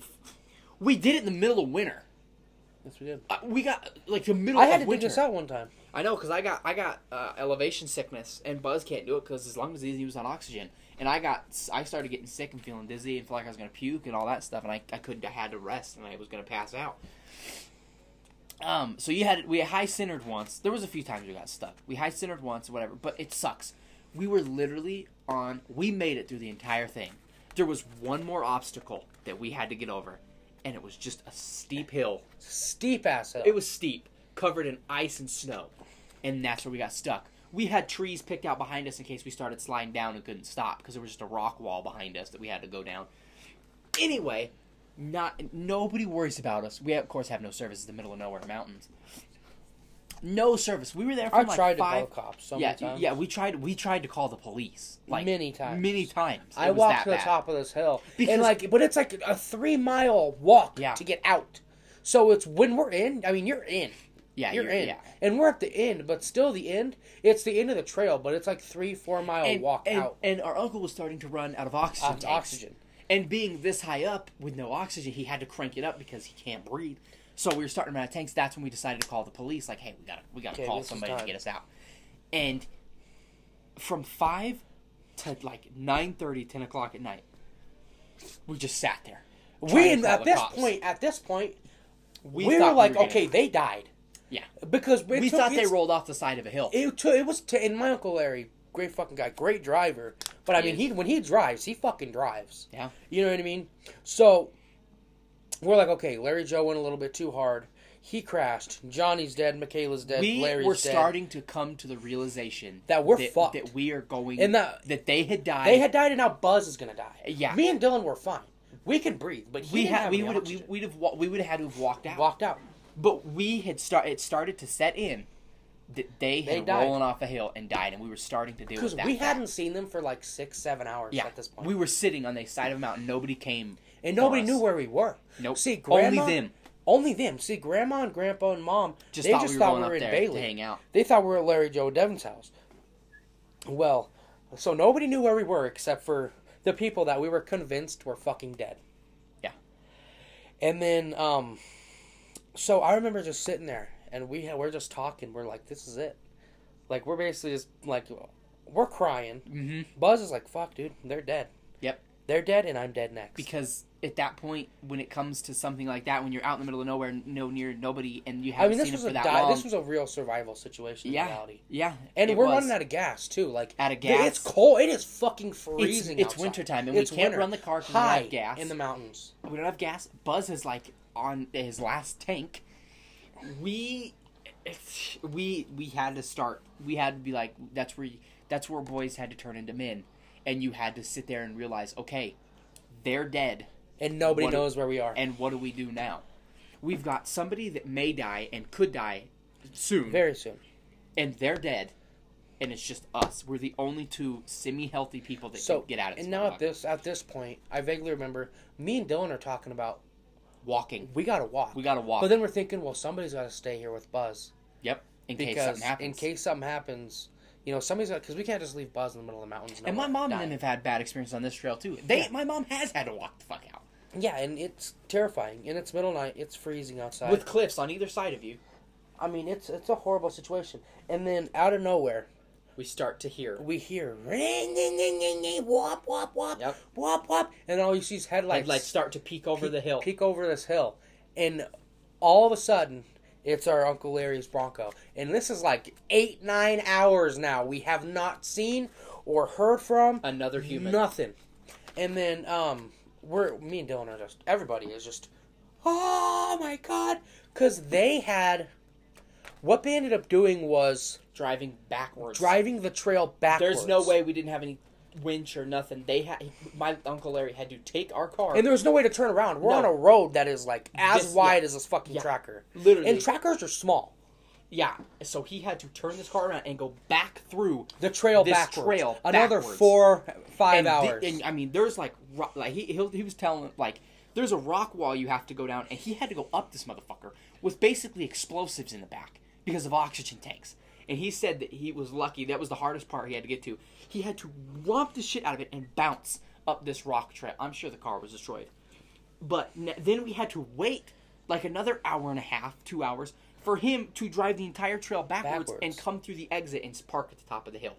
Speaker 2: we did it in the middle of winter.
Speaker 1: Yes, we did.
Speaker 2: Uh, we got like the middle.
Speaker 1: I had
Speaker 2: of
Speaker 1: to
Speaker 2: winter.
Speaker 1: dig this out one time.
Speaker 2: I know, cause I got I got uh, elevation sickness, and Buzz can't do it, cause his lung disease. He was on oxygen, and I got I started getting sick and feeling dizzy and felt like I was gonna puke and all that stuff, and I, I couldn't I had to rest and I was gonna pass out. Um, so you had we had high centered once. There was a few times we got stuck. We high centered once, whatever, but it sucks. We were literally on. We made it through the entire thing. There was one more obstacle that we had to get over, and it was just a steep hill.
Speaker 1: Steep ass hill.
Speaker 2: It was steep, covered in ice and snow, and that's where we got stuck. We had trees picked out behind us in case we started sliding down and couldn't stop because there was just a rock wall behind us that we had to go down. Anyway, not nobody worries about us. We of course have no service in the middle of nowhere mountains. No service. We were there for
Speaker 1: I
Speaker 2: like
Speaker 1: tried
Speaker 2: five.
Speaker 1: to call cops so
Speaker 2: yeah,
Speaker 1: many times.
Speaker 2: yeah. We tried. We tried to call the police like
Speaker 1: Many times.
Speaker 2: Many times. It
Speaker 1: I
Speaker 2: was
Speaker 1: walked
Speaker 2: that
Speaker 1: to the
Speaker 2: bad.
Speaker 1: top of this hill,
Speaker 2: Because-
Speaker 1: and like, but it's like a three mile walk
Speaker 2: Yeah.
Speaker 1: to get out. So it's when we're in. I mean, you're in.
Speaker 2: Yeah,
Speaker 1: you're, in,
Speaker 2: Yeah.
Speaker 1: and we're at the end, but still the end. It's the end of the trail, but it's like three, four mile
Speaker 2: and,
Speaker 1: walk
Speaker 2: and,
Speaker 1: out
Speaker 2: And our uncle was starting to run out of oxygen.
Speaker 1: Out of
Speaker 2: tanks.
Speaker 1: oxygen.
Speaker 2: And being this high up with no oxygen, he had to crank it up because he can't breathe. So we were starting to run out of tanks. That's when we decided to call the police. Like, hey, we gotta we gotta
Speaker 1: Okay,
Speaker 2: call
Speaker 1: this is
Speaker 2: somebody to
Speaker 1: time.
Speaker 2: get us out. And from five to like 9.30, 10 o'clock at night, we just sat there.
Speaker 1: We
Speaker 2: trying to
Speaker 1: and
Speaker 2: call
Speaker 1: at
Speaker 2: the
Speaker 1: this
Speaker 2: cops.
Speaker 1: point, at this point, we,
Speaker 2: thought
Speaker 1: were like,
Speaker 2: gonna-
Speaker 1: okay, they died
Speaker 2: yeah.
Speaker 1: because it
Speaker 2: We
Speaker 1: took-
Speaker 2: thought they
Speaker 1: it's-
Speaker 2: rolled off the side of a hill.
Speaker 1: It took, it was to, and my uncle Larry, great fucking guy, great driver. But I
Speaker 2: He
Speaker 1: mean,
Speaker 2: is.
Speaker 1: he when he drives, he fucking drives.
Speaker 2: yeah.
Speaker 1: You know what I mean? So we're like, okay, Larry Joe went a little bit too hard. He crashed. Johnny's dead. Michaela's dead.
Speaker 2: we
Speaker 1: Larry's
Speaker 2: were
Speaker 1: dead.
Speaker 2: starting to come to the realization
Speaker 1: That we're
Speaker 2: that,
Speaker 1: fucked.
Speaker 2: that we are going
Speaker 1: And that-
Speaker 2: they had died.
Speaker 1: They had died, and now Buzz is gonna die.
Speaker 2: Yeah.
Speaker 1: Me and Dylan were fine. We could breathe, but he
Speaker 2: we
Speaker 1: didn't
Speaker 2: had
Speaker 1: have
Speaker 2: we
Speaker 1: any
Speaker 2: would we
Speaker 1: oxygen.
Speaker 2: would have we would have had to have walked out.
Speaker 1: walked out.
Speaker 2: But we had start it started to set in that they
Speaker 1: They
Speaker 2: had
Speaker 1: died.
Speaker 2: rolling off a hill and died, and we were starting to deal with
Speaker 1: Because
Speaker 2: that.
Speaker 1: we
Speaker 2: fact.
Speaker 1: hadn't seen them for like six, seven hours
Speaker 2: yeah,
Speaker 1: at this point.
Speaker 2: we were sitting on the side of a mountain. Nobody came,
Speaker 1: and
Speaker 2: for
Speaker 1: nobody
Speaker 2: us.
Speaker 1: knew where we were.
Speaker 2: Nope.
Speaker 1: See,
Speaker 2: Only
Speaker 1: grandma,
Speaker 2: them.
Speaker 1: Only them. See, grandma and grandpa and mom.
Speaker 2: Just
Speaker 1: they
Speaker 2: thought
Speaker 1: just
Speaker 2: we were
Speaker 1: thought
Speaker 2: going
Speaker 1: we were
Speaker 2: up
Speaker 1: in
Speaker 2: there
Speaker 1: Bailey.
Speaker 2: to hang out.
Speaker 1: They thought we were at Larry Joe Devon's house. Well, so nobody knew where we were except for the people that we were convinced were fucking dead.
Speaker 2: Yeah.
Speaker 1: And then, um, so I remember just sitting there, and we had, we're just talking. We're like, this is it. Like we're basically just like we're crying.
Speaker 2: Mm-hmm.
Speaker 1: Buzz is like, fuck, dude, they're dead.
Speaker 2: Yep.
Speaker 1: They're dead, and I'm dead next.
Speaker 2: Because at that point, when it comes to something like that, when you're out in the middle of nowhere, no near nobody, and you
Speaker 1: I
Speaker 2: haven't
Speaker 1: mean, this
Speaker 2: seen
Speaker 1: was
Speaker 2: it
Speaker 1: a
Speaker 2: for that
Speaker 1: di-
Speaker 2: long.
Speaker 1: this was a real survival situation. In
Speaker 2: yeah,
Speaker 1: reality.
Speaker 2: yeah,
Speaker 1: And
Speaker 2: it
Speaker 1: we're
Speaker 2: was.
Speaker 1: running out of gas too. Like
Speaker 2: Out of
Speaker 1: th-
Speaker 2: gas.
Speaker 1: it's cold. It is fucking
Speaker 2: It's,
Speaker 1: freezing.
Speaker 2: it's
Speaker 1: outside.
Speaker 2: wintertime, and
Speaker 1: It's
Speaker 2: we can't
Speaker 1: winter.
Speaker 2: run the car 'cause we don't
Speaker 1: high
Speaker 2: have gas.
Speaker 1: in the mountains.
Speaker 2: we don't have gas. Buzz is like on his last tank. We, we, we had to start. We had to be like that's where that's where boys had to turn into men, and you had to sit there and realize, okay, they're dead,
Speaker 1: And nobody
Speaker 2: What-
Speaker 1: knows where we are.
Speaker 2: and what do we do now? We've got somebody that may die and could die soon,
Speaker 1: Very soon.
Speaker 2: and they're dead, and it's just us. We're the only two semi-healthy people that
Speaker 1: So
Speaker 2: can get out of this.
Speaker 1: And now at
Speaker 2: motherfucker.
Speaker 1: this at this point, I vaguely remember me and Dylan are talking about
Speaker 2: walking,
Speaker 1: we gotta walk.
Speaker 2: we gotta walk.
Speaker 1: But then we're thinking, well, somebody's gotta stay here with Buzz
Speaker 2: yep, in case
Speaker 1: because
Speaker 2: something happens.
Speaker 1: in case something happens, you know, somebody's got because we can't just leave Buzz in the middle of the mountains.
Speaker 2: And my
Speaker 1: nowhere,
Speaker 2: mom and
Speaker 1: dying.
Speaker 2: them have had bad experiences on this trail too. They,
Speaker 1: Yeah.
Speaker 2: my mom has had to walk the fuck out
Speaker 1: Yeah, and it's terrifying. And it's middle of night. It's freezing outside.
Speaker 2: cliffs on either side of you.
Speaker 1: I mean, it's it's a horrible situation. And then out of nowhere,
Speaker 2: We start to hear
Speaker 1: we hear ring, ring, ring, ring, ring, wop, wop, wop,
Speaker 2: Yep.
Speaker 1: wop, wop, and all you see is headlights
Speaker 2: start to peek over
Speaker 1: peek- peek over this hill, and all of a sudden. It's our Uncle Larry's Bronco. And this is like eight, nine hours now. We have not seen or heard from
Speaker 2: Another
Speaker 1: Nothing. And then um we're me and Dylan are just everybody is just oh my god cuz they had what they ended up doing was
Speaker 2: driving backwards.
Speaker 1: driving the trail backwards.
Speaker 2: we didn't have any winch or nothing. They had my uncle Larry had to take our car
Speaker 1: And there was no way to turn around. We're
Speaker 2: No.
Speaker 1: on a road that is like as
Speaker 2: This-
Speaker 1: wide
Speaker 2: yeah.
Speaker 1: as this fucking
Speaker 2: Yeah.
Speaker 1: tracker.
Speaker 2: literally.
Speaker 1: And trackers are small.
Speaker 2: yeah, so he had to turn this car around and go back through
Speaker 1: The trail
Speaker 2: This
Speaker 1: backwards.
Speaker 2: trail
Speaker 1: Another
Speaker 2: backwards.
Speaker 1: 4 5
Speaker 2: and thi-
Speaker 1: hours.
Speaker 2: and I mean, there's like ro- like he he'll, he was telling like there's a rock wall you have to go down, and he had to go up this motherfucker with basically explosives in the back because of oxygen tanks. and he said that he was lucky. That was the hardest part he had to get to. He had to romp the shit out of it and bounce up this rock trail. I'm sure the car was destroyed. But n- then we had to wait like another hour and a half, two hours, for him to drive the entire trail backwards,
Speaker 1: Backwards.
Speaker 2: and come through the exit and park at the top of the hill.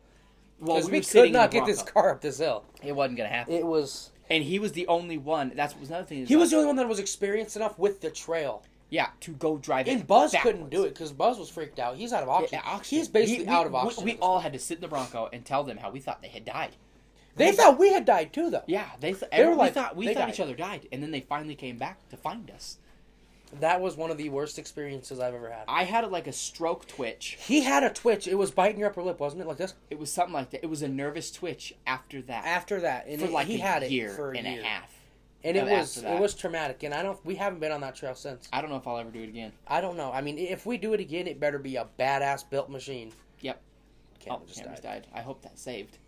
Speaker 2: While
Speaker 1: Because we,
Speaker 2: were sitting
Speaker 1: could
Speaker 2: in the
Speaker 1: not get this
Speaker 2: Bronco.
Speaker 1: car up this hill.
Speaker 2: It wasn't gonna happen.
Speaker 1: It was.
Speaker 2: and he was the only one. That's what was another thing. is
Speaker 1: He
Speaker 2: like-
Speaker 1: was the only one that was experienced enough with the trail.
Speaker 2: yeah to go drive it.
Speaker 1: And Buzz
Speaker 2: backwards.
Speaker 1: couldn't do it because Buzz was freaked out. He's out of oxygen.
Speaker 2: Yeah, oxygen.
Speaker 1: He's basically
Speaker 2: We- we-
Speaker 1: out of
Speaker 2: we-
Speaker 1: oxygen.
Speaker 2: We, all had to sit in the Bronco and tell them how we thought they had died.
Speaker 1: they thought we had died too, though.
Speaker 2: Yeah, they, th-
Speaker 1: They were
Speaker 2: we
Speaker 1: like,
Speaker 2: thought we
Speaker 1: they
Speaker 2: thought
Speaker 1: died.
Speaker 2: each other died, and then they finally came back to find us.
Speaker 1: That was one of the worst experiences I've ever had.
Speaker 2: I had like a stroke twitch.
Speaker 1: He had a twitch. It was biting your upper lip, wasn't it? Like this.
Speaker 2: It was something like that. It was a nervous twitch after that
Speaker 1: After that, and
Speaker 2: for
Speaker 1: it-
Speaker 2: like
Speaker 1: he
Speaker 2: a
Speaker 1: had
Speaker 2: year
Speaker 1: it for a
Speaker 2: and
Speaker 1: year.
Speaker 2: a half.
Speaker 1: and it
Speaker 2: after
Speaker 1: was
Speaker 2: that.
Speaker 1: it was traumatic. And I don't. We haven't been on that trail since.
Speaker 2: I don't know if I'll ever do it again.
Speaker 1: I don't know. I mean, if we do it again, it better be a badass built machine.
Speaker 2: Yep.
Speaker 1: Camera
Speaker 2: oh,
Speaker 1: just
Speaker 2: cameras
Speaker 1: died.
Speaker 2: died. I hope that saved.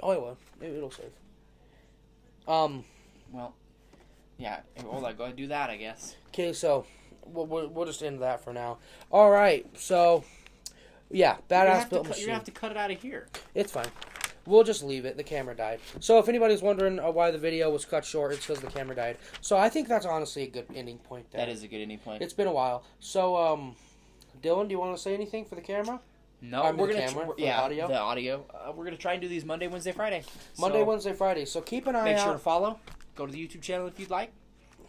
Speaker 1: Oh, it will. It, it'll save. Um.
Speaker 2: Well, yeah. Well, I go do that, I guess.
Speaker 1: Okay, so we'll, we'll, we'll just end that for now. All right. So, yeah,
Speaker 2: You're
Speaker 1: badass
Speaker 2: gonna, have to
Speaker 1: built
Speaker 2: cut,
Speaker 1: machine.
Speaker 2: you're gonna have to cut it out of here.
Speaker 1: It's fine. We'll just leave it. The camera died. So if anybody's wondering uh, why the video was cut short, it's because the camera died. So I think that's honestly a good ending point. There.
Speaker 2: That is a good ending point.
Speaker 1: It's been a while. So um, Dylan, do you want to say anything for the camera?
Speaker 2: no,
Speaker 1: I mean,
Speaker 2: we're
Speaker 1: the
Speaker 2: gonna
Speaker 1: camera
Speaker 2: tr-
Speaker 1: for the
Speaker 2: yeah
Speaker 1: audio?
Speaker 2: the audio. Uh, we're gonna try and do these Monday, Wednesday, Friday.
Speaker 1: Monday,
Speaker 2: So-
Speaker 1: Wednesday, Friday. So keep an eye
Speaker 2: Make
Speaker 1: out.
Speaker 2: sure to follow. Go to the YouTube channel if you'd like.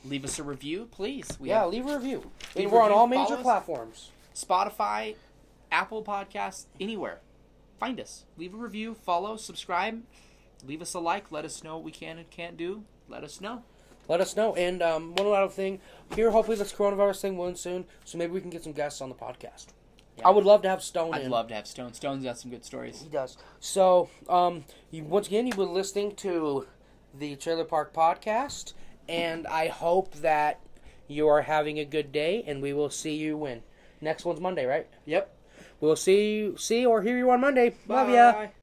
Speaker 2: Leave us a review, please. We
Speaker 1: yeah,
Speaker 2: have
Speaker 1: leave a review. And
Speaker 2: Leave a
Speaker 1: we're on
Speaker 2: review,
Speaker 1: all major
Speaker 2: follow us.
Speaker 1: platforms.
Speaker 2: Spotify, Apple Podcasts, anywhere. Find us. Leave a review, follow, subscribe, leave us a like. Let us know what we can and can't do. Let us know.
Speaker 1: Let us know. And um, one little thing here. Hopefully, this coronavirus thing will end soon, so maybe we can get some guests on the podcast.
Speaker 2: Yeah.
Speaker 1: I would love to have Stone.
Speaker 2: I'd
Speaker 1: in.
Speaker 2: love to have Stone. Stone's got some good stories.
Speaker 1: He does. So, um, you, once again, you've been listening to the Trailer Park Podcast, and I hope that you are having a good day, and we will see you when. Next one's Monday, right?
Speaker 2: Yep.
Speaker 1: We'll see you, see or hear you on Monday. Love ya.